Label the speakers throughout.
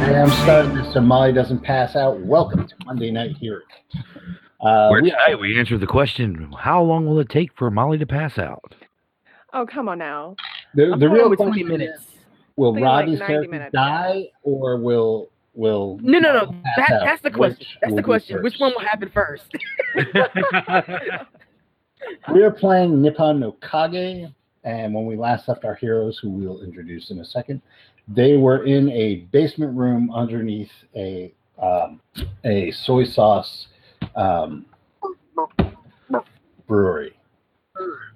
Speaker 1: son, Mr. Molly doesn't pass out. Welcome to Monday Night Hearing. Uh,
Speaker 2: Where
Speaker 1: we-
Speaker 2: tonight we answered the question: How long will it take for Molly to pass out?
Speaker 3: Oh, come on now.
Speaker 1: the,
Speaker 3: I'm
Speaker 1: the
Speaker 3: going
Speaker 1: real
Speaker 3: with 20
Speaker 1: question
Speaker 3: minutes.
Speaker 1: is, will
Speaker 3: Think like
Speaker 1: Robbie's
Speaker 3: 90
Speaker 1: character
Speaker 3: minutes, yeah.
Speaker 1: die or will will
Speaker 4: No, no, no.
Speaker 1: Pass
Speaker 4: That,
Speaker 1: out.
Speaker 4: that's the question.
Speaker 1: Which
Speaker 4: That's
Speaker 1: will
Speaker 4: the
Speaker 1: be
Speaker 4: question. Which
Speaker 1: first?
Speaker 4: one will happen first?
Speaker 1: We're playing Nippon no Kage, and when we last left our heroes, who we'll introduce in a second, they were in a basement room underneath a um, a soy sauce um, brewery.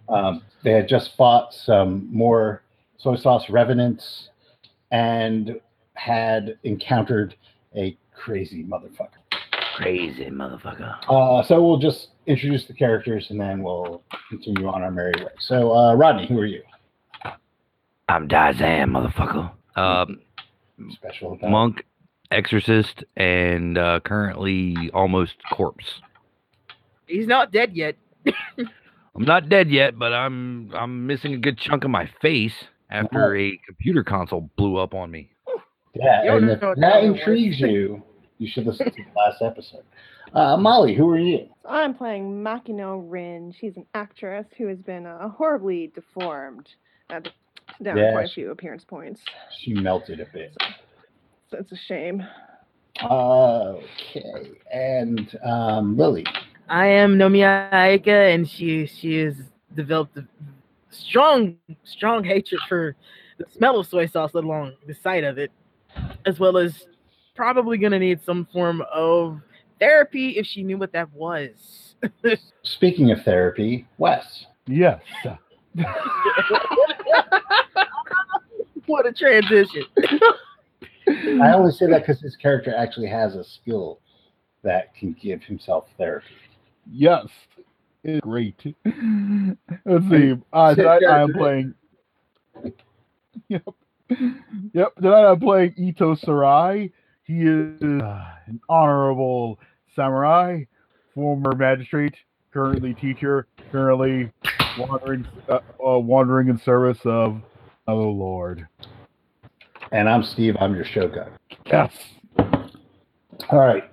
Speaker 1: Um, they had just fought some more soy sauce revenants and had encountered a crazy motherfucker.
Speaker 2: Crazy motherfucker.
Speaker 1: Uh, so we'll just introduce the characters and then we'll continue on our merry way. So, uh, Rodney, who are you?
Speaker 2: I'm Dazan, motherfucker. Um,
Speaker 1: Special about-
Speaker 2: monk, exorcist, and uh, currently almost corpse.
Speaker 4: He's not dead yet.
Speaker 2: I'm not dead yet, but I'm I'm missing a good chunk of my face after a computer console blew up on me.
Speaker 1: Yeah,
Speaker 4: You
Speaker 1: and
Speaker 4: don't
Speaker 1: if
Speaker 4: know what
Speaker 1: that
Speaker 4: that was.
Speaker 1: intrigues you, you should listen to the last episode. Uh, Molly, who are you?
Speaker 3: So I'm playing Makino Rin. She's an actress who has been uh, horribly deformed. Uh, d- down
Speaker 1: Yeah,
Speaker 3: quite a
Speaker 1: she-
Speaker 3: few appearance points.
Speaker 1: She melted a bit.
Speaker 3: So it's a shame.
Speaker 1: Okay, and um, Lily.
Speaker 4: I am Nomiya Aika, and she she has developed a strong strong hatred for the smell of soy sauce, let alone the sight of it, as well as probably gonna need some form of therapy if she knew what that was.
Speaker 1: Speaking of therapy, Wes.
Speaker 5: Yes.
Speaker 4: what a transition!
Speaker 1: I only say that because his character actually has a skill that can give himself therapy.
Speaker 5: Yes. It's great. Let's see. Uh,
Speaker 1: Sit
Speaker 5: tonight
Speaker 1: down.
Speaker 5: I'm playing. Yep. Yep. Tonight I'm playing Ito Sarai. He is uh, an honorable samurai, former magistrate, currently teacher, currently wandering, uh, uh, wandering in service of another lord.
Speaker 1: And I'm Steve, I'm your Shogun.
Speaker 5: Yes.
Speaker 1: All right.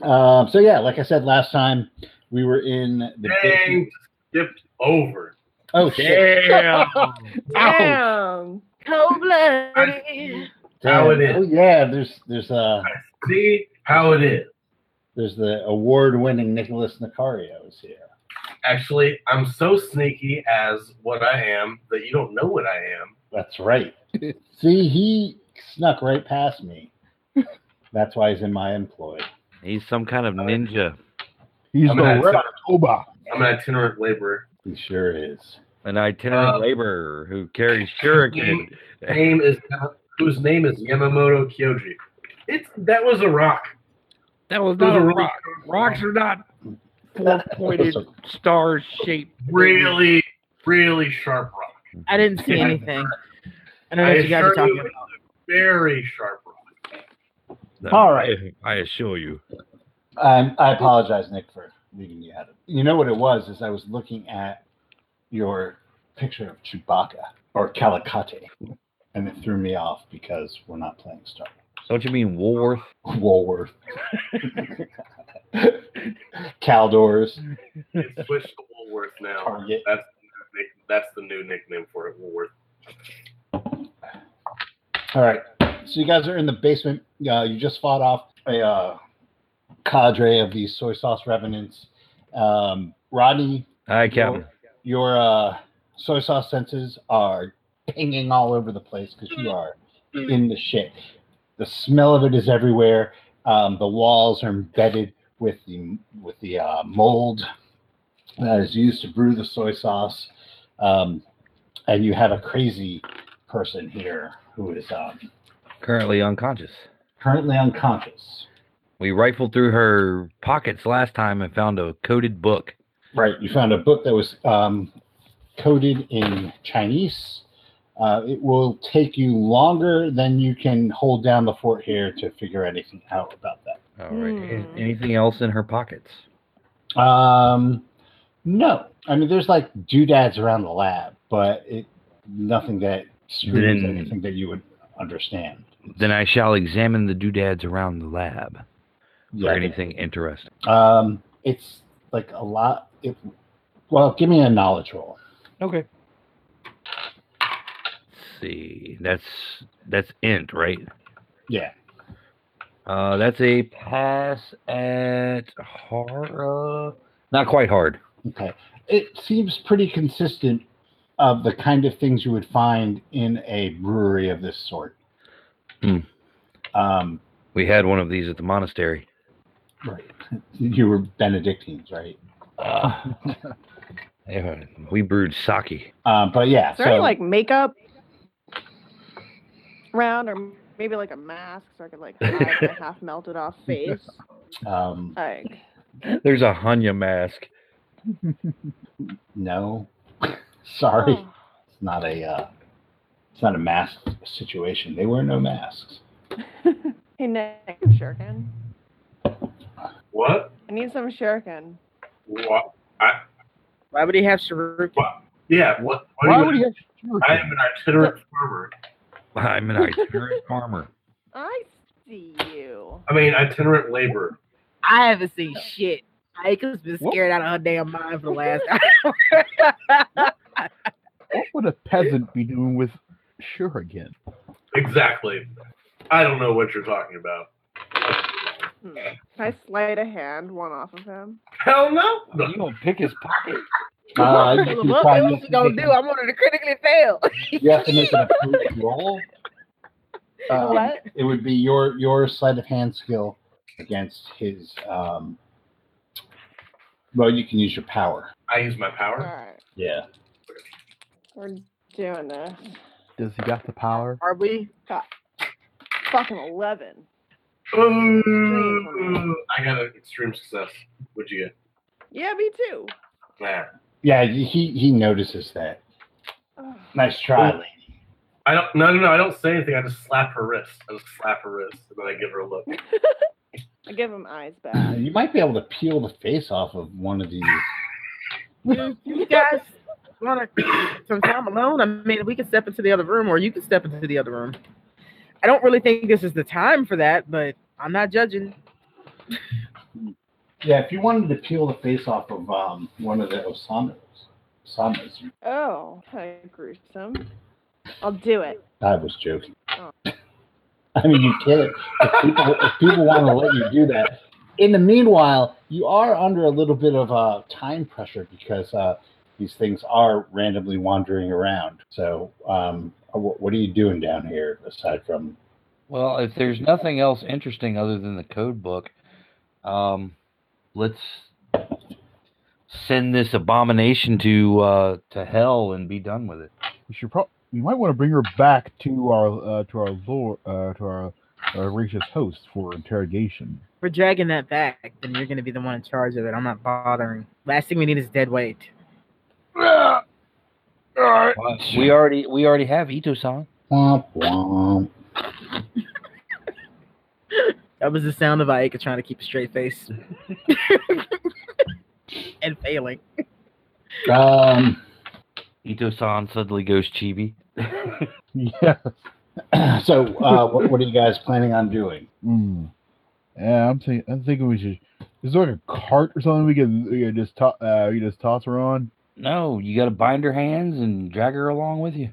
Speaker 1: Um, so yeah, like I said last time, we were in the
Speaker 6: Dang, skipped over.
Speaker 1: oh shit,
Speaker 6: Damn.
Speaker 5: Ow.
Speaker 3: Damn.
Speaker 4: Cold blooded.
Speaker 6: How it is.
Speaker 1: Oh yeah, there's there's uh
Speaker 6: See how it is.
Speaker 1: there's the award-winning Nicholas Nicario is here.
Speaker 6: Actually, I'm so sneaky as what I am that you don't know what I am.
Speaker 1: That's right. See, he snuck right past me. That's why he's in my employ.
Speaker 2: He's some kind of ninja,
Speaker 5: He's
Speaker 6: I'm
Speaker 5: the
Speaker 6: an
Speaker 5: Red
Speaker 6: itinerant-
Speaker 5: October.
Speaker 6: I'm an itinerant laborer.
Speaker 1: He sure is.
Speaker 2: an itinerant
Speaker 6: Uh,
Speaker 2: laborer who carries shuriken.
Speaker 6: Name, name is whose name is Yamamoto Kyoji. It's that was a rock.
Speaker 2: That was
Speaker 6: It was
Speaker 4: Oh,
Speaker 2: not
Speaker 6: a
Speaker 2: a
Speaker 6: really-
Speaker 2: rock. Rocks are not four-pointed star shaped.
Speaker 6: Really, really sharp rock.
Speaker 4: I didn't see anything. I don't know
Speaker 6: I
Speaker 4: what you guys are
Speaker 6: assure
Speaker 4: talking
Speaker 6: you-
Speaker 4: about.
Speaker 6: Very sharp rock.
Speaker 1: All right.
Speaker 2: I, I assure you.
Speaker 1: Um, I, I apologize, Nick, for leaving you out. Of You know what it was is I was looking at your picture of Chewbacca or Calicate, and it threw me off because we're not playing Star
Speaker 2: Don't you mean Woolworth?
Speaker 1: Wars. Woolworth, Caldors.
Speaker 6: It's switched to Woolworth now.
Speaker 1: Target.
Speaker 6: That's that's the new nickname for it, Woolworth.
Speaker 1: All right, so you guys are in the basement. Uh, you just fought off a uh, cadre of these soy sauce revenants. Um, Rodney,
Speaker 2: Hi, Captain.
Speaker 1: your uh, soy sauce senses are pinging all over the place because you are in the shit. The smell of it is everywhere. Um, the walls are embedded with the with the uh, mold that is used to brew the soy sauce, um, and you have a crazy person here who is um,
Speaker 2: Currently unconscious.
Speaker 1: currently unconscious.
Speaker 2: We rifled through her pockets last time and found a coded book.
Speaker 1: Right. You found a book that was um, coded in Chinese. Uh, it will take you longer than you can hold down the fort here to figure anything out about that.
Speaker 2: All right. An-
Speaker 3: Hmm.
Speaker 2: Anything else in her pockets?
Speaker 1: Um, no, I mean there's like doodads around the lab, but it nothing that screams
Speaker 2: Then-
Speaker 1: anything that you would understand.
Speaker 2: Then I shall examine the doodads around the lab
Speaker 1: Yeah,
Speaker 2: for anything interesting.
Speaker 1: Um, it's like a lot. It, well, give me a knowledge roll.
Speaker 2: Okay. see, that's that's int, right?
Speaker 1: Yeah.
Speaker 2: Uh, that's a pass at hard. Uh, not quite hard.
Speaker 1: Okay. It seems pretty consistent of the kind of things you would find in a brewery of this sort.
Speaker 2: Hmm.
Speaker 1: Um,
Speaker 2: We had one of these at the monastery.
Speaker 1: right. You were Benedictines, right?
Speaker 2: Uh, yeah, we brewed sake.
Speaker 1: Um, but yeah.
Speaker 3: Is there
Speaker 1: so
Speaker 3: any like makeup around, or m- maybe like a mask so I could like hide my half melted off face?
Speaker 1: um,
Speaker 3: Like,
Speaker 2: There's a Hanya mask.
Speaker 1: no. Sorry,
Speaker 3: oh,
Speaker 1: it's not a. Uh, it's not a mask situation. They wear no masks.
Speaker 3: hey Nick, some shuriken.
Speaker 6: What?
Speaker 3: I need some shuriken.
Speaker 6: What?
Speaker 4: Why would he have Sharuk?
Speaker 6: Yeah. What? what
Speaker 5: Why
Speaker 6: do
Speaker 5: would he
Speaker 6: you-
Speaker 5: have shuriken?
Speaker 6: I am an itinerant farmer.
Speaker 2: I'm an itinerant farmer.
Speaker 3: I see you.
Speaker 6: I mean, itinerant labor.
Speaker 4: I haven't seen shit. Aika's been
Speaker 5: What?
Speaker 4: scared out of her damn mind for the last
Speaker 5: What would a peasant be doing with shuriken?
Speaker 6: Exactly. I don't know what you're talking about.
Speaker 3: Hmm. Can I slide a hand one off of him?
Speaker 6: Hell no.
Speaker 2: You gonna pick his pocket?
Speaker 1: Uh, you
Speaker 4: Look,
Speaker 1: can
Speaker 4: what
Speaker 1: probably
Speaker 4: else
Speaker 1: have
Speaker 4: you
Speaker 1: to
Speaker 4: gonna
Speaker 1: make
Speaker 4: do? I'm gonna critically fail.
Speaker 1: you have to make an approved roll. Um,
Speaker 4: What?
Speaker 1: It would be your your sleight of hand skill against his. Um, well, you can use your power.
Speaker 6: I use my
Speaker 3: All
Speaker 6: power.
Speaker 3: right,
Speaker 1: Yeah.
Speaker 3: we're doing this.
Speaker 5: Does he got the power?
Speaker 4: Are we?
Speaker 3: Fucking eleven.
Speaker 6: Ooh, I got an extreme success. What'd you get?
Speaker 3: Yeah, me too.
Speaker 6: Nah.
Speaker 1: Yeah, he he notices that.
Speaker 3: Ugh.
Speaker 1: Nice try.
Speaker 6: Cool.
Speaker 1: lady.
Speaker 6: I don't. No, no, no. I don't say anything. I just slap her wrist. I just slap her wrist, and then I give her a look.
Speaker 3: I give him eyes back.
Speaker 1: You might be able to peel the face off of one of these.
Speaker 4: You, you guys wanna some time alone? I mean, we can step into the other room, or you can step into the other room. I don't really think this is the time for that, but I'm not judging.
Speaker 1: Yeah, if you wanted to peel the face off of um, one of the Osamas, Osamas,
Speaker 3: Oh, kind of gruesome. I'll do it.
Speaker 1: I was joking.
Speaker 3: Oh.
Speaker 1: I mean, you can't. If people, if people want to let you do that. In the meanwhile, you are under a little bit of uh, time pressure because uh, these things are randomly wandering around. So, um, what, what are you doing down here aside from?
Speaker 2: Well, if there's nothing else interesting other than the code book, um, let's send this abomination to uh, to hell and be done with it.
Speaker 5: We should probably. We might want to bring her back to our uh, to our lord uh, to our, our gracious host for interrogation.
Speaker 4: If we're dragging that back, then you're gonna be the one in charge of it. I'm not bothering. Last thing we need is dead weight.
Speaker 2: We already we already have Ito-san.
Speaker 1: Womp, womp.
Speaker 4: That was the sound of Aika trying to keep a straight face and failing.
Speaker 1: Um,
Speaker 2: Ito-san suddenly goes chibi.
Speaker 5: Yeah.
Speaker 1: so, uh, what, what are you guys planning on doing?
Speaker 5: Mm. Yeah, I'm thinking. I'm thinking we should. Is there like a cart or something we could, we could just to, uh, we just toss her on?
Speaker 2: No, you got to bind her hands and drag her along with you.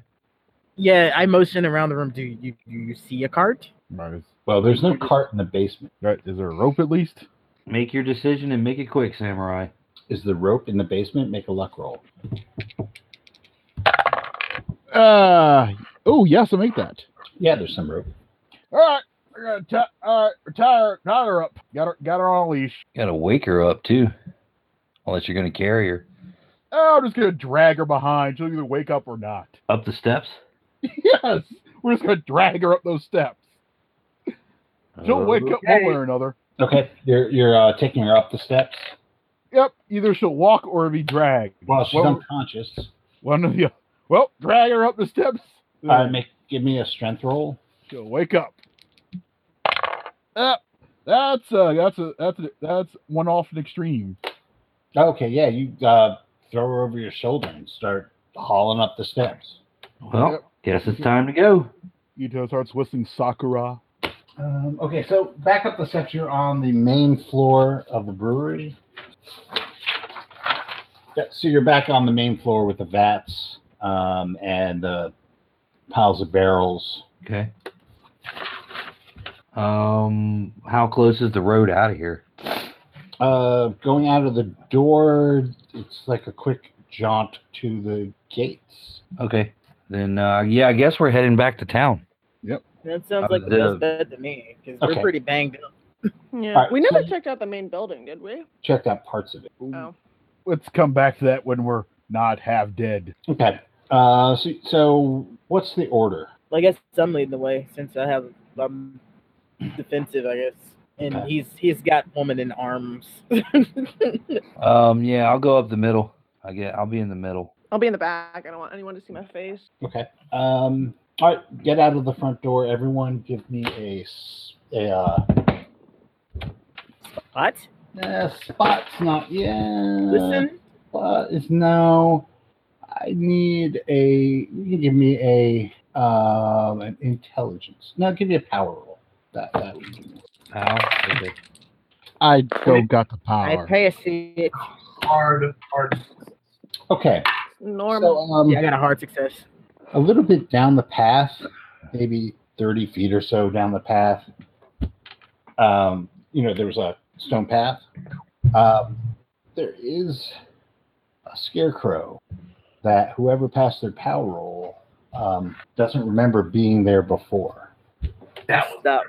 Speaker 4: Yeah, I motion around the room. Do you do you see a cart?
Speaker 5: Right. Is,
Speaker 1: Well, there's no cart in the basement.
Speaker 5: right, is there a rope at least?
Speaker 2: Make your decision and make it quick, samurai.
Speaker 1: Is the rope in the basement? Make a luck roll.
Speaker 5: Uh oh yes, I'll make that.
Speaker 1: Yeah, there's some rope.
Speaker 5: All right, I gotta ti- all right, retire, tie her up. Got her, got her on a leash.
Speaker 2: Got to wake her up too, unless you're going to carry her
Speaker 5: Oh, I'm just gonna drag her behind. She'll either wake up or not.
Speaker 2: up the steps.
Speaker 5: Yes, we're just gonna drag her up those steps. She'll wake up one way or another.
Speaker 1: Okay, you're you're uh, taking her up the steps.
Speaker 5: Yep, either she'll walk or be dragged.
Speaker 1: Well, she's
Speaker 5: Well-
Speaker 1: unconscious.
Speaker 5: One of the other. Well, drag her up the steps. then
Speaker 1: Uh, make give me a strength roll.
Speaker 5: she'll wake up. Yep, that's uh, that's a that's a, that's one off an extreme.
Speaker 1: Oh, Okay, yeah, you uh, throw her over your shoulder and start hauling up the steps.
Speaker 2: Well, guess it's time to go.
Speaker 5: Ito starts whistling Sakura.
Speaker 1: Um, okay, so back up the steps. You're on the main floor of the brewery. Yeah, so you're back on the main floor with the vats um, and the piles of barrels.
Speaker 2: Okay. Um, how close is the road out of here?
Speaker 1: Uh, going out of the door, it's like a quick jaunt to the gates.
Speaker 2: Okay. Then uh, yeah, I guess we're heading back to town.
Speaker 4: That sounds
Speaker 2: Uh,
Speaker 4: like the
Speaker 2: the-
Speaker 4: best bet to me because
Speaker 1: Okay.
Speaker 4: we're pretty banged up.
Speaker 3: Yeah.
Speaker 1: Alright,
Speaker 3: we never
Speaker 1: so-
Speaker 3: checked out the main building, did we?
Speaker 1: Check out parts of it.
Speaker 3: Oh.
Speaker 5: Let's come back to that when we're not half dead.
Speaker 1: Okay. Uh, so, so what's the order?
Speaker 4: Well, I guess I'm leading the way since I have I'm defensive, I guess, and
Speaker 1: Okay.
Speaker 4: he's he's got woman in arms.
Speaker 2: Um, yeah, I'll go up the middle. I get. I'll be in the middle.
Speaker 3: I'll be in the back. I don't want anyone to see my face.
Speaker 1: Okay. Um, all right. Get out of the front door, everyone. Give me a s- a uh,
Speaker 4: what?
Speaker 1: eh, spot's not yeah.
Speaker 4: Listen,
Speaker 1: Uh, it's no. I need a. You can give me a um an intelligence. No, give me a power roll. That that would be nice.
Speaker 2: How? Okay.
Speaker 5: I don't got the
Speaker 4: I
Speaker 5: power.
Speaker 4: pass it.
Speaker 6: Hard, hard.
Speaker 1: Okay. So
Speaker 3: Normal.
Speaker 1: um,
Speaker 4: Yeah, I got a hard success.
Speaker 1: a little bit down the path, maybe 30 feet or so down the path, um, you know, there was a stone path. Um, there is a scarecrow that whoever passed their power roll um, doesn't remember being there before.
Speaker 6: That was
Speaker 4: Stop.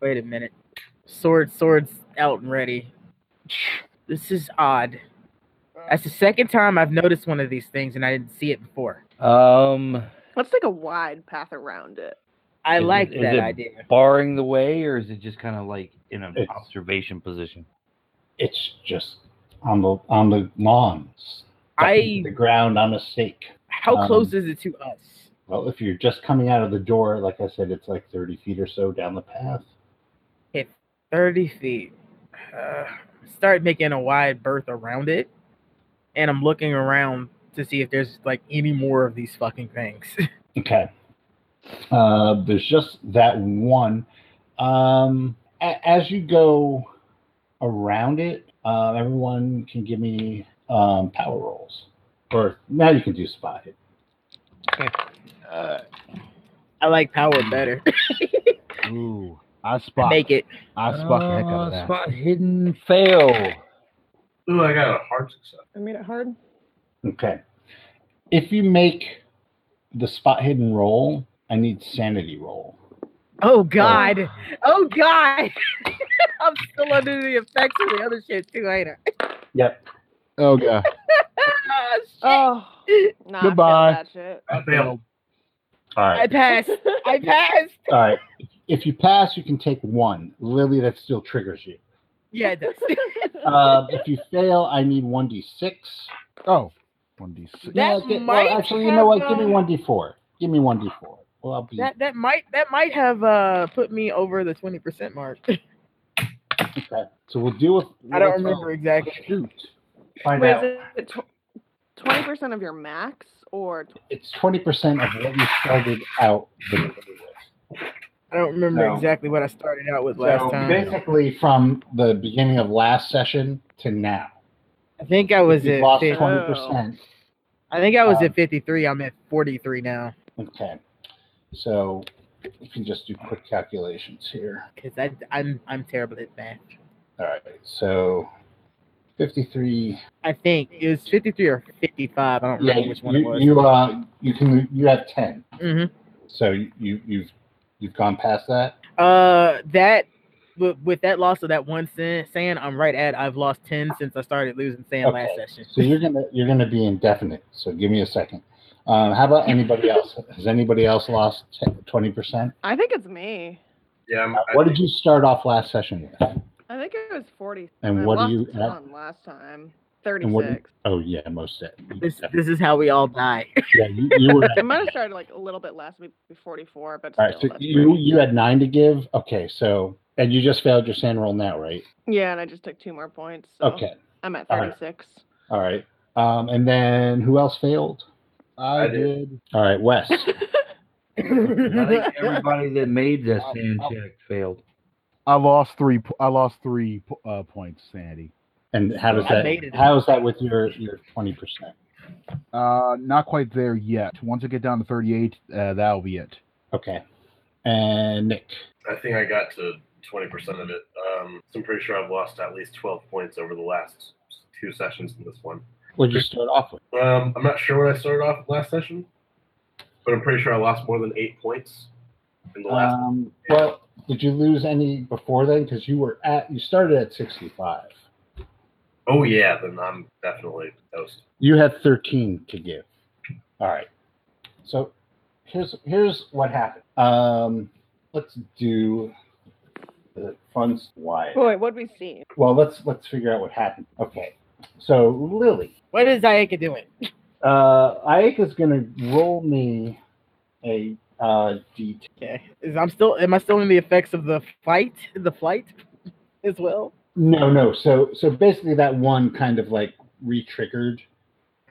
Speaker 4: Wait a minute. Sword, swords out and ready. This is odd. That's the second time I've noticed one of these things and I didn't see it before.
Speaker 2: Um,
Speaker 3: Let's take a wide path around it.
Speaker 4: I
Speaker 2: Is it-
Speaker 4: like
Speaker 2: is
Speaker 4: that
Speaker 2: it-
Speaker 4: idea.
Speaker 2: barring the way, or is it just kind of like in an
Speaker 1: It's-
Speaker 2: observation position?
Speaker 1: It's just on the on the lawn, stuck
Speaker 4: I
Speaker 1: into the ground on a stake.
Speaker 4: how
Speaker 1: um,
Speaker 4: close is it to us?
Speaker 1: Well, if you're just coming out of the door, like I said, it's like 30 feet or so down the path.
Speaker 4: Thirty feet. Uh, start making a wide berth around it, and I'm looking around to see if there's like any more of these fucking things.
Speaker 1: Okay. Uh, there's just that one. Um, a- as you go around it, uh, everyone can give me um, power rolls. Or now you can do spot hit.
Speaker 5: Uh,
Speaker 4: I like power better.
Speaker 2: Ooh.
Speaker 5: I spot.
Speaker 4: Make it.
Speaker 5: I spot the heck out of that.
Speaker 2: Spot hidden fail.
Speaker 6: Ooh, I got a hard success.
Speaker 3: I made it hard.
Speaker 1: Okay. If you make the spot hidden roll, I need sanity roll.
Speaker 4: Oh God. Oh God. I'm still under the effects of the other shit too, ain't I?
Speaker 5: Oh god.
Speaker 4: Ah, shit.
Speaker 3: Oh, nah, I failed
Speaker 5: Goodbye.
Speaker 3: That shit.
Speaker 6: I failed.
Speaker 1: All
Speaker 4: I
Speaker 1: right.
Speaker 4: passed. I passed.
Speaker 1: All right. If you pass, you can take one. Lily, that still triggers you.
Speaker 4: Yeah, it does.
Speaker 1: Uh, if you fail, I need 1d6.
Speaker 5: Oh. 1d6.
Speaker 4: That
Speaker 1: okay,
Speaker 4: might
Speaker 1: well, actually, you know what?
Speaker 4: have,
Speaker 1: Give me
Speaker 4: um,
Speaker 1: one d four. Give me one d four. Well, I'll be
Speaker 4: That that might that might have uh put me over the twenty percent mark.
Speaker 1: okay. So we'll deal with.
Speaker 4: I don't remember
Speaker 1: Oh,
Speaker 4: exactly.
Speaker 1: shoot. Find
Speaker 3: Wait,
Speaker 1: out.
Speaker 3: is it twenty percent of your max or
Speaker 1: It's twenty percent of what you started out the day with.
Speaker 4: I don't remember
Speaker 1: No.
Speaker 4: exactly what I started out with last
Speaker 1: so
Speaker 4: time.
Speaker 1: basically, from the beginning of last session to now,
Speaker 4: I think I was
Speaker 1: you
Speaker 4: at
Speaker 1: lost
Speaker 4: fif-
Speaker 1: twenty percent.
Speaker 4: I think I was
Speaker 1: um,
Speaker 4: at fifty three. I'm at forty three now
Speaker 1: Okay. So you can just do quick calculations here.
Speaker 4: because I I'm I'm terrible at math.
Speaker 1: All right. So fifty-three.
Speaker 4: I think it was fifty three or fifty five. I don't
Speaker 1: Yeah,
Speaker 4: remember which one it
Speaker 1: you,
Speaker 4: was.
Speaker 1: you uh, you can you have ten.
Speaker 4: Mhm.
Speaker 1: So you you've you've gone past that.
Speaker 4: Uh, that with, with that loss of that one cent, sand, I'm right at. I've lost ten since I started losing sand last
Speaker 1: Okay.
Speaker 4: session.
Speaker 1: So you're gonna you're gonna be indefinite. So give me a second. Um, how about anybody else? Has anybody else lost twenty percent?
Speaker 3: I think it's me.
Speaker 6: Yeah, I'm,
Speaker 1: What did you start off last session with?
Speaker 3: I think it was forty.
Speaker 1: And
Speaker 3: I
Speaker 1: what do
Speaker 3: lost
Speaker 1: you
Speaker 3: a
Speaker 1: have?
Speaker 3: ton last time?
Speaker 1: what do you-
Speaker 3: Thirty-six.
Speaker 1: Oh yeah, most it.
Speaker 4: This this is how we all die.
Speaker 1: Yeah, you, you were.
Speaker 3: I might have started like a little bit less, maybe forty-four, but
Speaker 1: All
Speaker 3: still.
Speaker 1: right, so
Speaker 3: that's
Speaker 1: you
Speaker 3: pretty-
Speaker 1: you had nine to give. Okay, so and you just failed your sand roll now, right?
Speaker 3: Yeah, and I just took two more points.
Speaker 4: Oh.
Speaker 3: So
Speaker 1: Okay,
Speaker 3: I'm at
Speaker 1: All right.
Speaker 3: thirty-six.
Speaker 1: all right. Um, and then who else failed?
Speaker 5: I
Speaker 6: I did.
Speaker 5: did.
Speaker 1: All right, Wes.
Speaker 2: I
Speaker 1: Mm-hmm.
Speaker 2: think everybody that made that sand check failed.
Speaker 5: I lost three. po- I lost three po- uh, points, Sandy.
Speaker 1: And how does
Speaker 4: I
Speaker 1: that?
Speaker 4: made it.
Speaker 1: How is that with your your twenty percent?
Speaker 5: Uh, not quite there yet. Once I get down to thirty-eight, uh, that'll be it.
Speaker 1: Okay. And Nick,
Speaker 6: I think I got to 20% of it. Um, so I'm pretty sure I've lost at least 12 points over the last two sessions in this one.
Speaker 1: what'd you start off with?
Speaker 6: Um, I'm not sure what I started off last session, but I'm pretty sure I lost more than eight points in the last.
Speaker 1: Um, well, did you lose any before then? Because you were at you started at sixty five.
Speaker 6: oh yeah, then I'm definitely that was
Speaker 1: You had 13 to give. All right. So here's here's what happened. Um, let's do the fun slide.
Speaker 3: Boy, what'd we see?
Speaker 1: Well, let's let's figure out what happened. Okay. So Lily,
Speaker 4: What is Ayaka doing?
Speaker 1: uh, Ayaka's gonna roll me a uh, d10.
Speaker 4: Okay. Is I'm still am I still in the effects of the fight the flight as well?
Speaker 1: No, no. So so basically that one kind of like re-triggered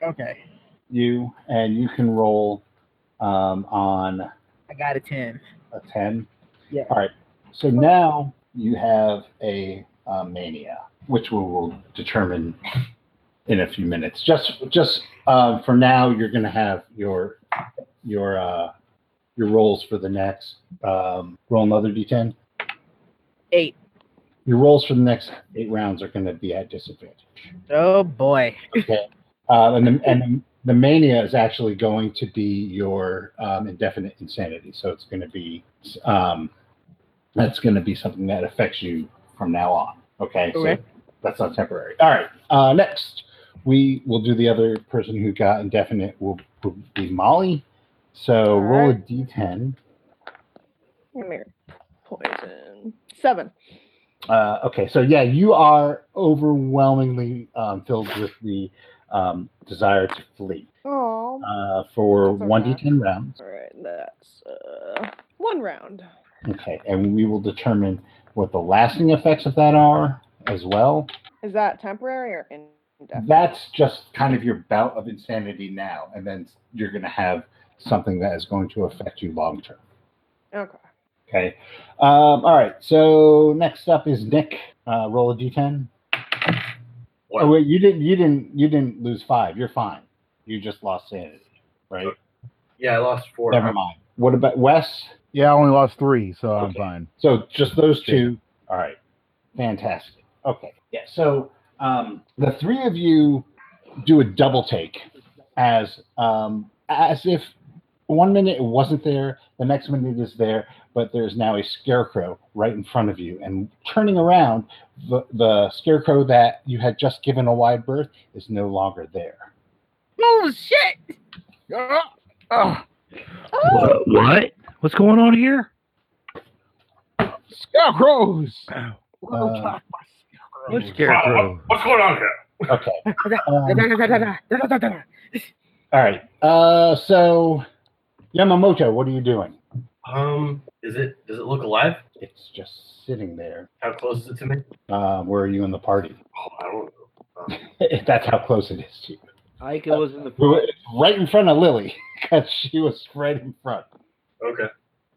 Speaker 4: Okay.
Speaker 1: you, and you can roll um, on
Speaker 4: I got a ten.
Speaker 1: a 10.
Speaker 4: Yeah.
Speaker 1: All right. So now you have a uh, mania, which we will determine in a few minutes. Just just um, for now, you're going to have your your uh, your rolls for the next um, roll another d10.
Speaker 4: Eight.
Speaker 1: Your rolls for the next eight rounds are going to be at disadvantage.
Speaker 4: Oh boy.
Speaker 1: Okay. Uh, and the, and the mania is actually going to be your um, indefinite insanity. So it's going to be um, that's going to be something that affects you from now on. Okay.
Speaker 4: Okay.
Speaker 1: So that's not temporary. All right. Uh, next, we will do the other person who got indefinite will, will be Molly. So
Speaker 3: All
Speaker 1: roll a
Speaker 3: right.
Speaker 1: d10.
Speaker 3: Come here. Poison. Seven.
Speaker 1: Uh, okay, so yeah, you are overwhelmingly um, filled with the um, desire to flee
Speaker 3: Oh.
Speaker 1: uh, for
Speaker 3: That's okay.
Speaker 1: one d10 rounds.
Speaker 3: All right, that's uh, one round.
Speaker 1: Okay, and we will determine what the lasting effects of that are as well.
Speaker 3: Is that temporary or indefinite?
Speaker 1: That's just kind of your bout of insanity now, and then you're going to have something that is going to affect you long term.
Speaker 3: Okay.
Speaker 1: Okay. Um, all right. So next up is Nick. Uh, roll a d10.
Speaker 6: one.
Speaker 1: Oh wait, you didn't. You didn't. You didn't lose five. You're fine. You just lost sanity, right?
Speaker 6: yeah, I lost four.
Speaker 1: Never mind. What about Wes?
Speaker 5: Yeah, I only lost three, so I'm
Speaker 1: Okay.
Speaker 5: fine.
Speaker 1: So just those two. All right. Fantastic. Okay. Yeah. So um, the three of you do a double take as um, as if one minute it wasn't there, the next minute it is there, but there's now a scarecrow right in front of you. And turning around, the, the scarecrow that you had just given a wide berth is no longer there.
Speaker 4: Oh shit!
Speaker 5: Ah,
Speaker 2: Wha- What? What's going on here?
Speaker 5: scarecrows!
Speaker 1: Uh,
Speaker 2: What
Speaker 6: Wow,
Speaker 2: scarecrow?
Speaker 6: what- what's going on here?
Speaker 1: Okay. Um,
Speaker 4: Da-da-da-da-da-da-da-da-da.
Speaker 1: all right. Uh, so, Yamamoto, what are you doing?
Speaker 6: Um, is it does it look alive?
Speaker 1: It's just sitting there.
Speaker 6: How close is it to me?
Speaker 1: Uh, where are you in the party?
Speaker 6: Oh, I don't know. Um,
Speaker 1: That's how close it is to you.
Speaker 2: Ike was in the
Speaker 1: Well, it's Right in front of Lily, because she was right in front.
Speaker 6: okay.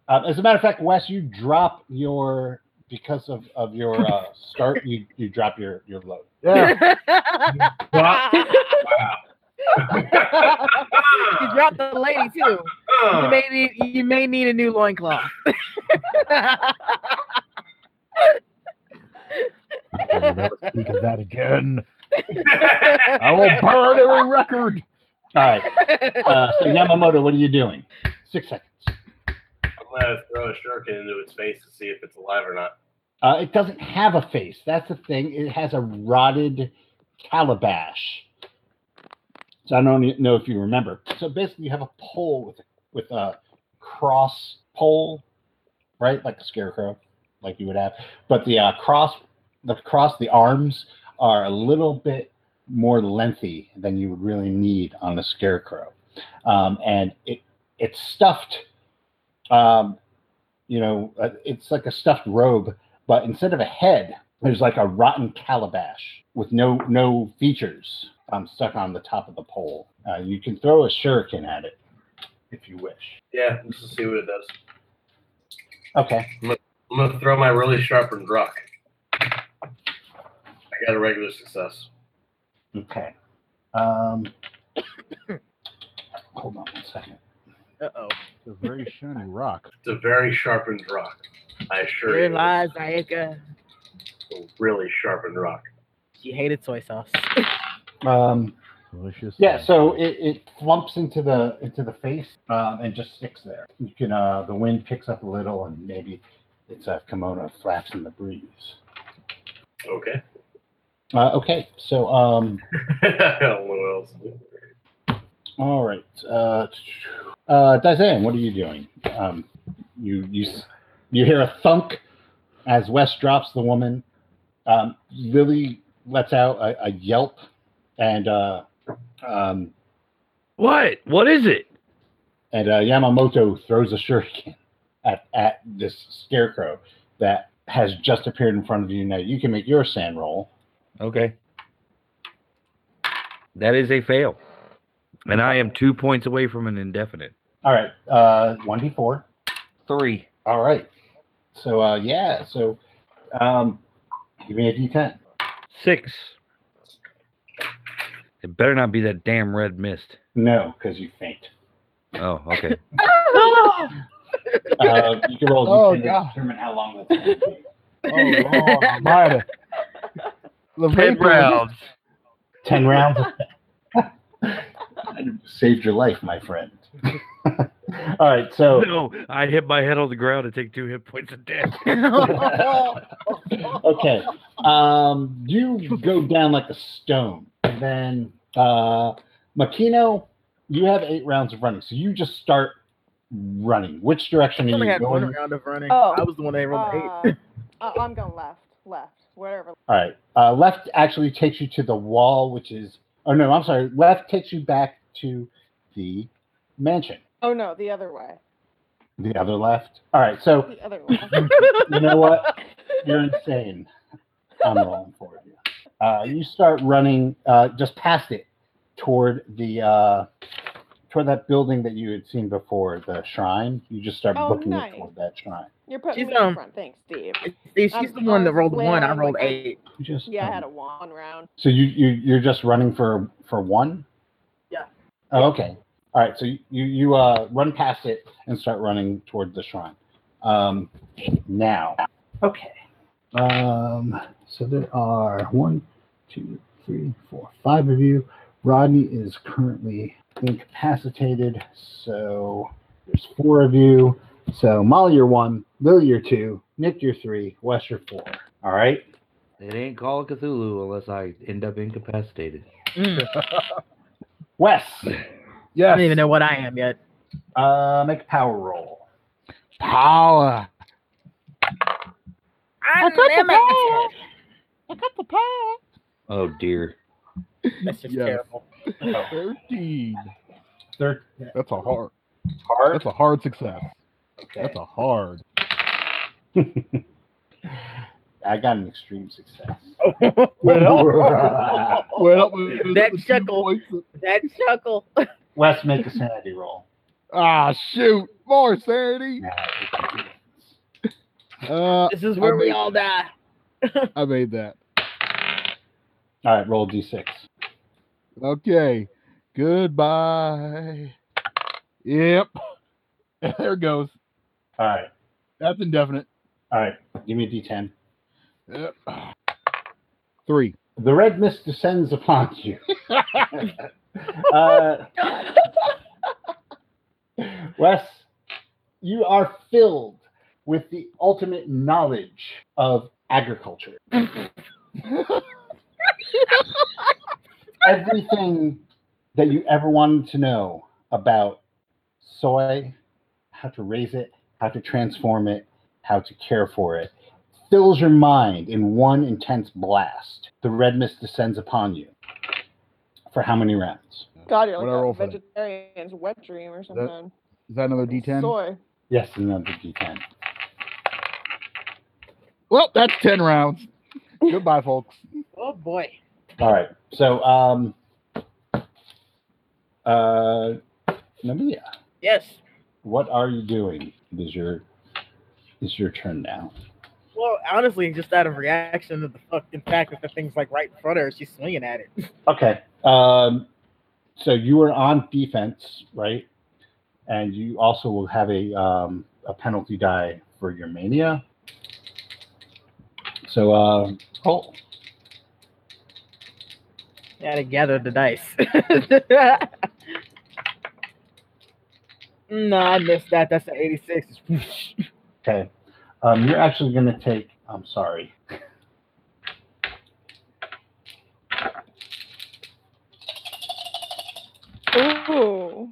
Speaker 1: Um, as a matter of fact, Wes, you drop your because of of your uh, start. You you drop your your load.
Speaker 5: Yeah,
Speaker 6: Well, ah.
Speaker 4: you dropped the lady too.
Speaker 6: Uh.
Speaker 4: You may need you may need a new loincloth.
Speaker 5: I'll never speak of that again. I will burn every record.
Speaker 1: All right. Uh, so Yamamoto, what are you doing? Six seconds.
Speaker 6: I'm gonna throw a shuriken into its face to see if it's alive or not.
Speaker 1: Uh, it doesn't have a face. That's the thing. It has a rotted calabash. So I don't e- know if you remember. So basically, you have a pole with with a cross pole, right? Like a scarecrow, like you would have. But the uh, cross, the cross, the arms are a little bit more lengthy than you would really need on a scarecrow, um, and it it's stuffed. Um, you know, uh, it's like a stuffed robe but instead of a head, there's like a rotten calabash with no no features um, stuck on the top of the pole. Uh, you can throw a shuriken at it. if you wish.
Speaker 6: Yeah, let's just see what it does.
Speaker 1: Okay.
Speaker 6: I'm gonna throw my really sharpened rock. I got a regular success.
Speaker 1: Okay. Um, hold on one second.
Speaker 4: Uh oh.
Speaker 5: It's a very shiny rock.
Speaker 6: It's a very sharpened rock. I assure
Speaker 4: Here
Speaker 6: you,
Speaker 4: lies Aika.
Speaker 6: it's a really sharpened rock.
Speaker 4: She hated soy sauce.
Speaker 1: Um,
Speaker 5: Delicious.
Speaker 1: yeah, so it, it flumps into the into the face um, and just sticks there. You can uh, the wind picks up a little, and maybe it's a kimono flaps in the breeze.
Speaker 6: Okay.
Speaker 1: Uh, okay, so um,
Speaker 6: I don't know what else. to do.
Speaker 1: all right, uh, uh, Dizan, what are you doing? Um, you you s- you hear a thunk as Wes drops the woman. Um, Lily lets out a, a yelp, and uh, um,
Speaker 2: What? What is it?
Speaker 1: and uh, Yamamoto throws a shuriken at, at this scarecrow that has just appeared in front of you. Now you can make your sand roll.
Speaker 2: Okay. That is a fail. And I am two points away from an indefinite.
Speaker 1: All right, uh, one d four.
Speaker 2: Three.
Speaker 1: All right. So uh, yeah, so um, give me a d ten.
Speaker 2: Six. It better not be that damn red mist.
Speaker 1: No, because you faint.
Speaker 2: Oh, okay.
Speaker 1: Uh, you can roll
Speaker 5: Oh,
Speaker 1: a d10 to
Speaker 5: God.
Speaker 1: determine how long that's going to take.
Speaker 5: Oh, Lord Almighty. The
Speaker 2: Ten
Speaker 5: vapor-
Speaker 2: rounds.
Speaker 1: Ten rounds. I saved your life, my friend. All right, so
Speaker 2: No, I hit my head on the ground and take two hit points of death.
Speaker 1: okay. Um, you go down like a stone. And then uh, Makino, you have eight rounds of running, so you just start running. Which direction
Speaker 4: I
Speaker 1: are
Speaker 4: only
Speaker 1: you
Speaker 4: had one
Speaker 1: going?
Speaker 4: round of running.
Speaker 3: Oh.
Speaker 4: I was the one that rolled the eight.
Speaker 3: Uh, I- I'm going left, left, whatever.
Speaker 1: All right. Uh, left actually takes you to the wall, which is. Oh no, I'm sorry. Left takes you back to the mansion.
Speaker 3: Oh no, the other way,
Speaker 1: The other left. All right. So
Speaker 3: the other way.
Speaker 1: you know what? You're insane. I'm rolling for you. Uh, you start running uh, just past it toward the uh, toward that building that you had seen before, the shrine. You just start
Speaker 3: Oh,
Speaker 1: booking
Speaker 3: nice.
Speaker 1: it toward that shrine.
Speaker 3: You're putting
Speaker 4: She's,
Speaker 3: me in
Speaker 4: um,
Speaker 3: front. Thanks, Steve.
Speaker 4: See, she's
Speaker 3: I'm-
Speaker 4: the one that rolled
Speaker 3: I'm
Speaker 4: one. I
Speaker 3: flailing
Speaker 4: rolled
Speaker 3: like-
Speaker 4: eight.
Speaker 1: You just
Speaker 5: um,
Speaker 3: Yeah, I had a one round.
Speaker 1: so you you you're just running for for one.
Speaker 4: Yeah.
Speaker 1: Oh, okay. All right. So you you uh run past it and start running toward the shrine. Um, now. Okay. Um. So there are one, two, three, four, five of you. Rodney is currently incapacitated, so there's four of you. So Molly, you're one. Lily, you're two. Nick, you're three. Wes, you're four. All right.
Speaker 2: It ain't Call of Cthulhu unless I end up incapacitated.
Speaker 4: Mm,
Speaker 1: Wes,
Speaker 4: I
Speaker 5: Yes.
Speaker 4: don't even know what I am yet.
Speaker 1: uh, make a power roll.
Speaker 5: Power.
Speaker 4: I got
Speaker 2: Oh dear.
Speaker 4: That's just
Speaker 5: Yes.
Speaker 4: terrible.
Speaker 5: Thirteen.
Speaker 1: They're
Speaker 5: That's a hard.
Speaker 1: hard.
Speaker 5: That's a hard success.
Speaker 1: Okay.
Speaker 5: That's a hard.
Speaker 1: I got an extreme success.
Speaker 5: Well,
Speaker 4: That
Speaker 5: the two
Speaker 4: chuckle.
Speaker 5: points-
Speaker 4: That chuckle.
Speaker 1: Wes, make a sanity roll.
Speaker 5: Ah, shoot. More sanity.
Speaker 1: Nah, it-
Speaker 5: Uh,
Speaker 4: This is where
Speaker 5: I
Speaker 4: we
Speaker 5: made-
Speaker 4: all die.
Speaker 5: I made that.
Speaker 1: All right, roll d6.
Speaker 5: Okay. Goodbye. Yep. There it goes.
Speaker 1: All right,
Speaker 5: That's indefinite.
Speaker 1: all right. Give me a d10.
Speaker 5: Yep. Three.
Speaker 1: The red mist descends upon you. uh, Wes, you are filled with the ultimate knowledge of agriculture. Everything that you ever wanted to know about soy, how to raise it, how to transform it, how to care for it, fills your mind in one intense blast. The red mist descends upon you. For how many rounds?
Speaker 3: God, you're
Speaker 5: What do I roll
Speaker 3: like
Speaker 5: for
Speaker 3: that
Speaker 5: that?
Speaker 3: vegetarian's wet dream or something.
Speaker 5: Is that another D10?
Speaker 3: Soy.
Speaker 1: Yes, another d10.
Speaker 5: Well, that's 10 rounds. Goodbye, folks.
Speaker 4: Oh boy.
Speaker 1: All right. So, um, uh, Namia,
Speaker 4: Yes.
Speaker 1: What are you doing? It is your it's your turn now.
Speaker 4: Well, honestly, just out of reaction to the fucking fact that the thing's like right in front of her, she's swinging at it.
Speaker 1: Okay. Um, so you are on defense, right? And you also will have a um, a penalty die for your mania. So uh, roll.
Speaker 4: Gotta gather the dice. no, I missed that. That's an 86.
Speaker 1: Okay. Um, you're actually going to take, I'm sorry.
Speaker 3: Ooh.